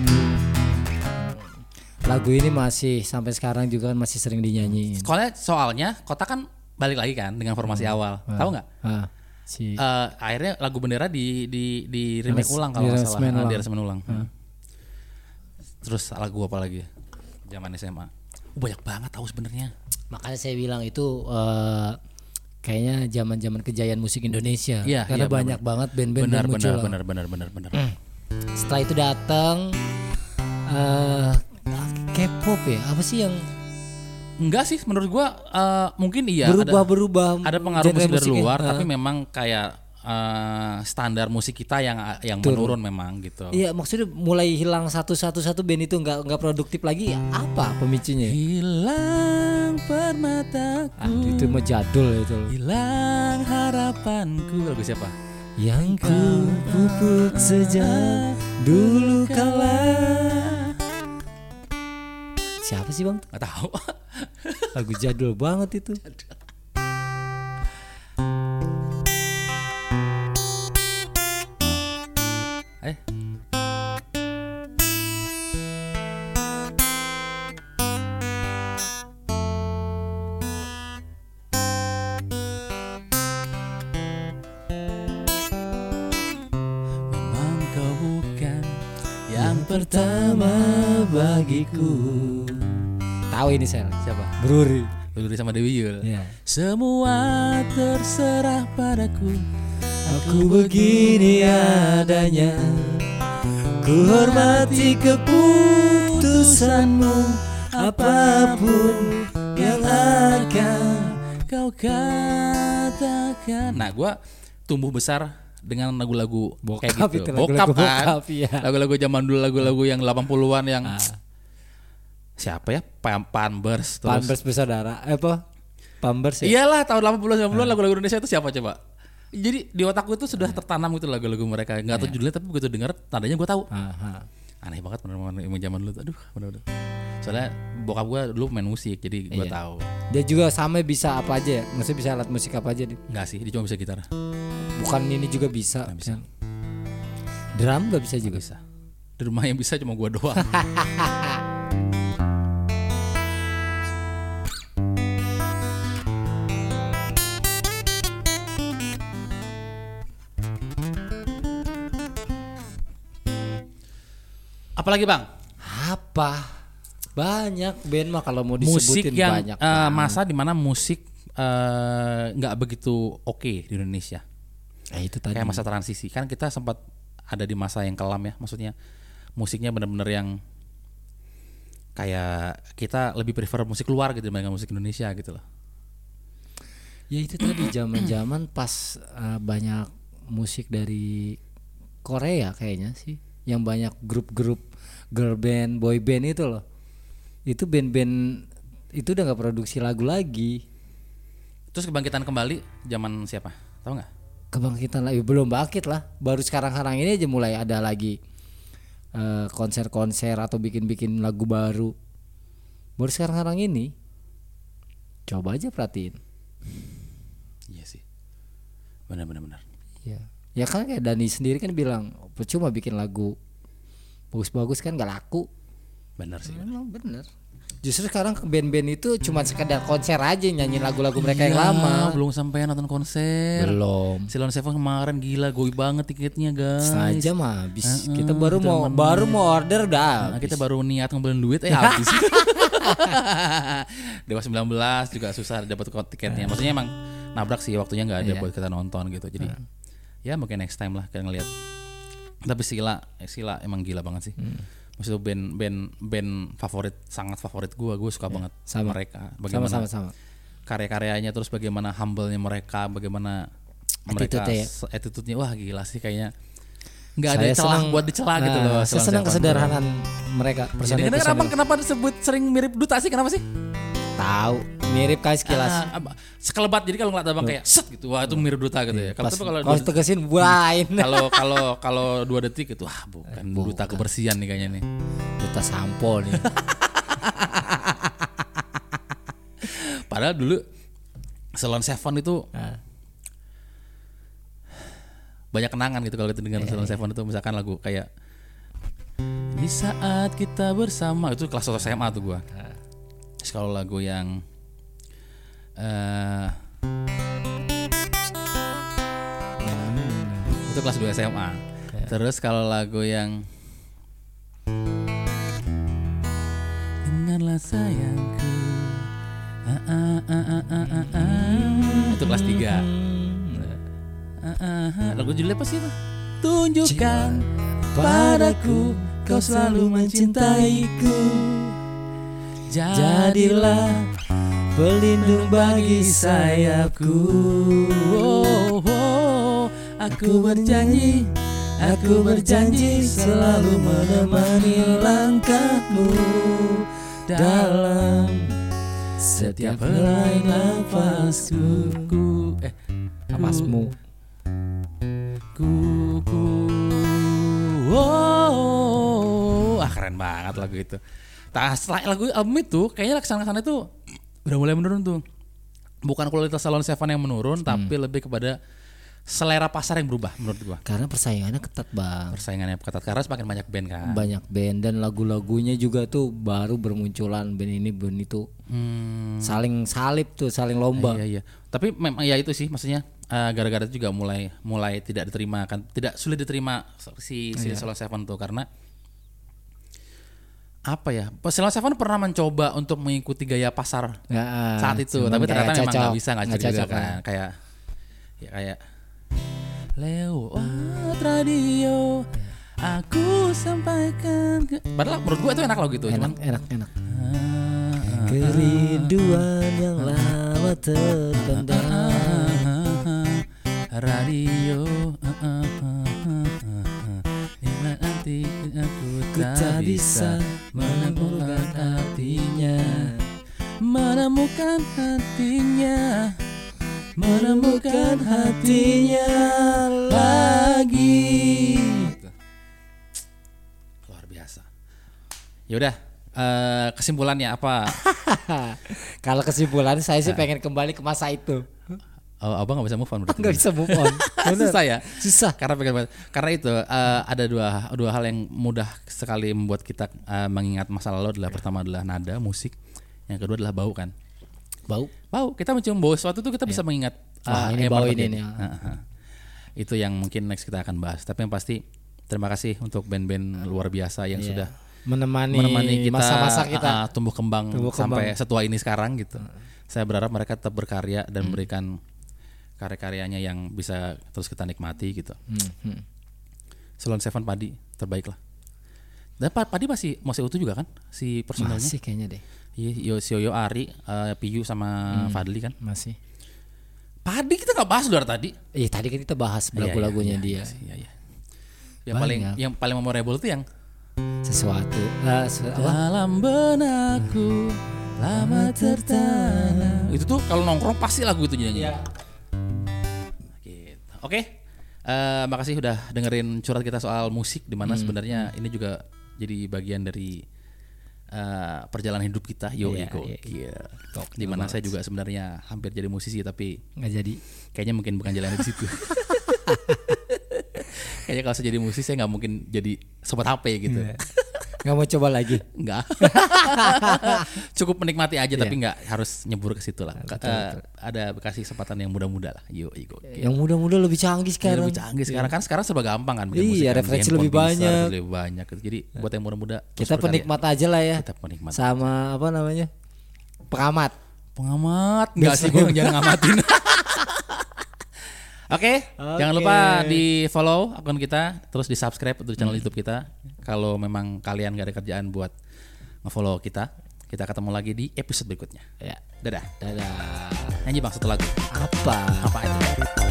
[SPEAKER 2] Lagu ini masih sampai sekarang juga kan masih sering dinyanyiin
[SPEAKER 1] Soalnya soalnya kota kan balik lagi kan dengan formasi
[SPEAKER 2] Hmm.
[SPEAKER 1] awal. Tahu nggak?
[SPEAKER 2] Ah, si
[SPEAKER 1] Eh, akhirnya lagu bendera di di di remake
[SPEAKER 2] Remes-
[SPEAKER 1] ulang kalau
[SPEAKER 2] di
[SPEAKER 1] nggak salah
[SPEAKER 2] remesemen
[SPEAKER 1] Ah, di
[SPEAKER 2] ulang. Hmm.
[SPEAKER 1] remesemen ulang terus lagu apa lagi zaman SMA Oh, banyak banget tahu sebenarnya
[SPEAKER 2] Makanya saya bilang itu eh, Kayaknya zaman-zaman kejayaan musik Indonesia
[SPEAKER 1] Iya, iya,
[SPEAKER 2] Karena banyak banget band-band
[SPEAKER 1] benar benar
[SPEAKER 2] yang muncul lah. Hmm.
[SPEAKER 1] benar benar benar benar
[SPEAKER 2] Setelah itu datang eh K-pop ya Apa sih yang
[SPEAKER 1] enggak sih menurut gua eh, mungkin iya ada,
[SPEAKER 2] berubah-berubah
[SPEAKER 1] ada pengaruh
[SPEAKER 2] Hmm, genre
[SPEAKER 1] musik dari
[SPEAKER 2] musiknya?
[SPEAKER 1] luar
[SPEAKER 2] Ah.
[SPEAKER 1] tapi memang kayak eh, standar musik kita yang yang menurun memang gitu
[SPEAKER 2] Iya maksudnya mulai hilang satu-satu satu band itu nggak nggak produktif lagi apa pemicunya? ya?
[SPEAKER 1] hilang permataku
[SPEAKER 2] Ah, itu mah jadul itu.
[SPEAKER 1] hilang harapanku lagu siapa
[SPEAKER 2] Yang ku pupuk sejak dulu kala. Siapa sih bang?
[SPEAKER 1] nggak tahu (laughs)
[SPEAKER 2] Lagu jadul banget itu.
[SPEAKER 1] Eh. Memang kau bukan yang pertama bagiku.
[SPEAKER 2] Tahu ini saya.
[SPEAKER 1] Siapa?
[SPEAKER 2] Bruri.
[SPEAKER 1] Dulu sama Dewi Yul.
[SPEAKER 2] Iya.
[SPEAKER 1] Semua terserah padaku.
[SPEAKER 2] Aku begini adanya Ku hormati keputusanmu Apapun yang akan
[SPEAKER 1] kau katakan. Nah, gua tumbuh besar dengan lagu-lagu kayak
[SPEAKER 2] Bokap
[SPEAKER 1] gitu.
[SPEAKER 2] itu, lagu-lagu
[SPEAKER 1] kan?
[SPEAKER 2] bokap, iya. Ah.
[SPEAKER 1] Lagu-lagu zaman dulu, lagu-lagu yang 80-an yang siapa ya? Pam Pampers terus.
[SPEAKER 2] Pampers bersaudara Eh apa? Pampers ya?
[SPEAKER 1] Iyalah tahun 80
[SPEAKER 2] Ah.
[SPEAKER 1] 90 lagu-lagu Indonesia itu siapa coba? Jadi di otakku itu sudah tertanam gitu lagu-lagu mereka. Enggak
[SPEAKER 2] Iya.
[SPEAKER 1] tahu judulnya tapi begitu denger tandanya gua tahu.
[SPEAKER 2] Aha.
[SPEAKER 1] Aneh banget bener-bener emang zaman dulu. tuh. Aduh, bener-bener. Soalnya bokap gua dulu main musik jadi
[SPEAKER 2] Iya.
[SPEAKER 1] gua tahu.
[SPEAKER 2] Dia juga sama bisa apa aja ya? Maksudnya bisa alat musik apa aja dia?
[SPEAKER 1] Enggak sih, dia cuma bisa gitar.
[SPEAKER 2] Bukan ini juga bisa,
[SPEAKER 1] Nggak bisa.
[SPEAKER 2] Kan? Drum gak bisa juga
[SPEAKER 1] Bisa. Di rumah yang bisa cuma gua doang. Apalagi bang?
[SPEAKER 2] Apa? Banyak band mah kalau mau
[SPEAKER 1] musik
[SPEAKER 2] disebutin
[SPEAKER 1] yang
[SPEAKER 2] banyak.
[SPEAKER 1] eh, masa dimana musik eh, nggak begitu oke di Indonesia
[SPEAKER 2] Eh, itu tadi.
[SPEAKER 1] kayak masa transisi kan kita sempat ada di masa yang kelam ya maksudnya musiknya bener-bener yang kayak kita lebih prefer musik luar gitu dibandingkan musik Indonesia gitu loh
[SPEAKER 2] Ya itu tadi zaman-zaman pas eh, banyak musik dari Korea kayaknya sih yang banyak grup-grup girl band, boy band itu loh. Itu band-band itu udah nggak produksi lagu lagi.
[SPEAKER 1] terus kebangkitan kembali zaman siapa tahu nggak
[SPEAKER 2] Kebangkitan lagi belum bangkit lah. Baru sekarang-karang ini aja mulai ada lagi eh, konser-konser atau bikin-bikin lagu baru. Baru sekarang-karang ini. Coba aja perhatiin.
[SPEAKER 1] iya sih benar-benar benar
[SPEAKER 2] Ya. Ya kan kayak Dani sendiri kan bilang percuma bikin lagu bagus-bagus kan nggak laku.
[SPEAKER 1] benar sih
[SPEAKER 2] Emang bener. Justru sekarang ke band-band itu cuma sekedar konser aja nyanyiin lagu-lagu mereka
[SPEAKER 1] Iya.
[SPEAKER 2] yang lama.
[SPEAKER 1] belum sampai nonton konser
[SPEAKER 2] Belum.
[SPEAKER 1] Silon Seven kemarin gila goy banget tiketnya guys
[SPEAKER 2] Setengah jam habis.
[SPEAKER 1] Heeh,
[SPEAKER 2] kita baru mau baru mau order udah.
[SPEAKER 1] Nah,
[SPEAKER 2] habis.
[SPEAKER 1] kita baru niat ngumpulin duit
[SPEAKER 2] (laughs)
[SPEAKER 1] eh habis. Dewa 19 juga susah dapat ko-
[SPEAKER 2] Nah.
[SPEAKER 1] tiketnya. Maksudnya emang nabrak sih waktunya nggak
[SPEAKER 2] Iya.
[SPEAKER 1] ada buat kita nonton gitu. Jadi
[SPEAKER 2] Nah.
[SPEAKER 1] ya mungkin next time lah kita ngeliat. Tapi Sila, eh, Sila emang gila banget sih.
[SPEAKER 2] Hmm.
[SPEAKER 1] Maksudnya band band band favorit sangat favorit gua. Gue suka banget
[SPEAKER 2] Iya. sama.
[SPEAKER 1] mereka.
[SPEAKER 2] sama
[SPEAKER 1] Bagaimana
[SPEAKER 2] sama sama.
[SPEAKER 1] karya-karyanya terus bagaimana humble-nya mereka, bagaimana mereka
[SPEAKER 2] Attitude-nya ya.
[SPEAKER 1] se- attitude-nya wah gila sih kayaknya. nggak ada
[SPEAKER 2] Saya
[SPEAKER 1] celah
[SPEAKER 2] senang-
[SPEAKER 1] buat dicela gitu
[SPEAKER 2] nah,
[SPEAKER 1] loh.
[SPEAKER 2] Saya
[SPEAKER 1] Silon
[SPEAKER 2] senang
[SPEAKER 1] Seven.
[SPEAKER 2] kesederhanaan mereka.
[SPEAKER 1] Jadi
[SPEAKER 2] Personil
[SPEAKER 1] kenapa, kenapa Iya, kenapa disebut sering mirip duta sih? Kenapa sih?
[SPEAKER 2] tahu mirip kayak sekilas.
[SPEAKER 1] Ah, apa- sekelebat. Jadi kalau ngeliat abang kayak set gitu, wah itu mirip duta gitu ya. Kalau
[SPEAKER 2] Pas
[SPEAKER 1] tapi kalau
[SPEAKER 2] kalau
[SPEAKER 1] dua-
[SPEAKER 2] tegesin buain.
[SPEAKER 1] kalau kalau kalau dua detik itu wah Eh, bukan, duta kebersihan nih kayaknya nih.
[SPEAKER 2] Duta sampo nih.
[SPEAKER 1] Padahal dulu Salon Seven itu
[SPEAKER 2] Ah.
[SPEAKER 1] banyak kenangan gitu kalau kita dengar Salon Seven itu misalkan lagu kayak di saat kita bersama itu kelas 1 SMA tuh gua. Terus kalau lagu yang eh hmm, itu kelas 2 SMA. Terus kalau lagu yang Dengarlah sayangku Ah, ah, ah, ah, ah, ah, ah. Itu kelas 3 ah. Lagu judulnya apa sih itu? Tunjukkan padaku Kau selalu mencintaiku Jadilah
[SPEAKER 2] pelindung
[SPEAKER 1] bagi sayapku Oh, oh. Aku berjanji Aku berjanji selalu menemani langkahmu Dalam setiap helai nafasku Ku- Eh,
[SPEAKER 2] Napasmu.
[SPEAKER 1] kuku wow ah keren banget lagu itu Nah, setelah lagu album itu kayaknya kesana kesana itu udah mulai menurun tuh bukan kualitas salon seven yang menurun tapi lebih kepada selera pasar yang berubah menurut gua
[SPEAKER 2] Karena persaingannya ketat bang
[SPEAKER 1] persaingannya ketat karena semakin banyak band kan
[SPEAKER 2] Banyak band dan lagu-lagunya juga tuh baru bermunculan band ini band itu
[SPEAKER 1] hmm,
[SPEAKER 2] saling salib tuh saling lomba.
[SPEAKER 1] iya iya tapi memang ya itu sih maksudnya eh, gara-gara itu juga mulai mulai tidak diterima kan tidak sulit diterima si si Salon Seven tuh karena apa ya Salon Seven pernah mencoba untuk mengikuti gaya pasar
[SPEAKER 2] Nah,
[SPEAKER 1] Iya. saat itu
[SPEAKER 2] cuman
[SPEAKER 1] tapi
[SPEAKER 2] kayak
[SPEAKER 1] ternyata memang
[SPEAKER 2] cocok,
[SPEAKER 1] Ah, nggak bisa nggak cocok
[SPEAKER 2] cocok,
[SPEAKER 1] kan kayak ya kayak lewat radio Iya. aku sampaikan ke... padahal menurut gue itu enak loh gitu cuman
[SPEAKER 2] Enak enak enak.
[SPEAKER 1] ah, ah,
[SPEAKER 2] Kerinduan yang lama terpendam.
[SPEAKER 1] Radio Bila nanti aku tak bisa menemukan artinya Menemukan hatinya Menemukan hatinya lagi Luar biasa Yaudah eh, kesimpulannya (laughs) apa?
[SPEAKER 2] (laughs) Kalau kesimpulan
[SPEAKER 1] Ah.
[SPEAKER 2] saya sih pengen kembali ke masa itu.
[SPEAKER 1] Oh, abang gak bisa move on berarti.
[SPEAKER 2] Nggak bisa move on. Bener.
[SPEAKER 1] (laughs) Susah ya?
[SPEAKER 2] Susah.
[SPEAKER 1] (laughs) karena pengen banget. Karena itu eh, ada dua dua hal yang mudah sekali membuat kita eh, mengingat masa lalu
[SPEAKER 2] Iya.
[SPEAKER 1] adalah pertama adalah nada musik, yang kedua adalah bau kan.
[SPEAKER 2] Bau.
[SPEAKER 1] Bau kita mencium bau sesuatu tuh kita bisa mengingat
[SPEAKER 2] Iya. Wah,
[SPEAKER 1] eh,
[SPEAKER 2] ini
[SPEAKER 1] yang
[SPEAKER 2] bau
[SPEAKER 1] pernah
[SPEAKER 2] ini
[SPEAKER 1] terjadi.
[SPEAKER 2] nih. ya.
[SPEAKER 1] Ha-ha. Itu
[SPEAKER 2] Iya.
[SPEAKER 1] yang mungkin next kita akan bahas. Tapi yang pasti terima kasih untuk band-band luar biasa yang sudah
[SPEAKER 2] menemani,
[SPEAKER 1] menemani kita
[SPEAKER 2] masa-masa kita.
[SPEAKER 1] ah, ah, tumbuh kembang
[SPEAKER 2] Tumbuh kembang. Hmm.
[SPEAKER 1] sampai setua ini sekarang gitu. Saya berharap mereka tetap berkarya dan memberikan karya-karyanya yang bisa terus kita nikmati gitu.
[SPEAKER 2] Hmm, hmm.
[SPEAKER 1] Salon Seven Padi terbaik lah. Dan Pa- Padi masih masih utuh juga kan si personelnya?
[SPEAKER 2] Masih kayaknya deh.
[SPEAKER 1] Iya, Yo Yoyo Ari, eh, Piyu sama
[SPEAKER 2] Hmm.
[SPEAKER 1] Fadli kan.
[SPEAKER 2] Masih.
[SPEAKER 1] Padi kita nggak bahas luar tadi.
[SPEAKER 2] Iya tadi kan kita bahas
[SPEAKER 1] Iya,
[SPEAKER 2] lagu-lagunya
[SPEAKER 1] iya,
[SPEAKER 2] dia.
[SPEAKER 1] iya, iya, iya. Yang
[SPEAKER 2] Banyak.
[SPEAKER 1] paling yang paling memorable itu yang
[SPEAKER 2] Sesuatu. Eh, se- apa?
[SPEAKER 1] dalam benakku lama tertanam. Itu tuh kalau nongkrong pasti lagu itu
[SPEAKER 2] Iya.
[SPEAKER 1] nyanyi. Gitu. Oke. Eh, makasih udah dengerin curhat kita soal musik dimana
[SPEAKER 2] Hmm.
[SPEAKER 1] sebenarnya ini juga jadi bagian dari eh, perjalanan hidup kita yo
[SPEAKER 2] Iya,
[SPEAKER 1] ego.
[SPEAKER 2] iya,
[SPEAKER 1] Iya. Dimana saya juga sebenarnya hampir jadi musisi tapi
[SPEAKER 2] Nggak jadi.
[SPEAKER 1] kayaknya mungkin bukan jalan
[SPEAKER 2] (laughs)
[SPEAKER 1] di situ. kayaknya kalau saya jadi musisi saya nggak mungkin jadi sobat HP gitu.
[SPEAKER 2] Iya. Nggak mau coba lagi. (laughs)
[SPEAKER 1] Enggak. Cukup menikmati aja
[SPEAKER 2] Iya.
[SPEAKER 1] tapi nggak harus nyebur ke situ lah. Eh, ada kasih kesempatan yang muda-muda lah. Yo ego.
[SPEAKER 2] Yang muda-muda lebih canggih
[SPEAKER 1] Jadi
[SPEAKER 2] sekarang.
[SPEAKER 1] lebih canggih sekarang kan sekarang serba gampang kan bikin
[SPEAKER 2] Iya,
[SPEAKER 1] musik kan.
[SPEAKER 2] referensi
[SPEAKER 1] Handphone
[SPEAKER 2] lebih
[SPEAKER 1] bisa,
[SPEAKER 2] banyak.
[SPEAKER 1] referensi lebih banyak jadi buat yang muda-muda terus
[SPEAKER 2] Kita
[SPEAKER 1] berkarya.
[SPEAKER 2] penikmat aja lah ya.
[SPEAKER 1] kita penikmat
[SPEAKER 2] Sama apa namanya? Pengamat.
[SPEAKER 1] pengamat nggak sih gue jangan (laughs) ngamatin oke jangan
[SPEAKER 2] Oke.
[SPEAKER 1] lupa di follow akun kita terus di subscribe untuk channel YouTube kita kalau memang kalian gak ada kerjaan buat ngefollow kita kita ketemu lagi di episode berikutnya
[SPEAKER 2] Ya.
[SPEAKER 1] dadah
[SPEAKER 2] Dadah.
[SPEAKER 1] nyanyi bang satu lagu
[SPEAKER 2] Apa?
[SPEAKER 1] apa itu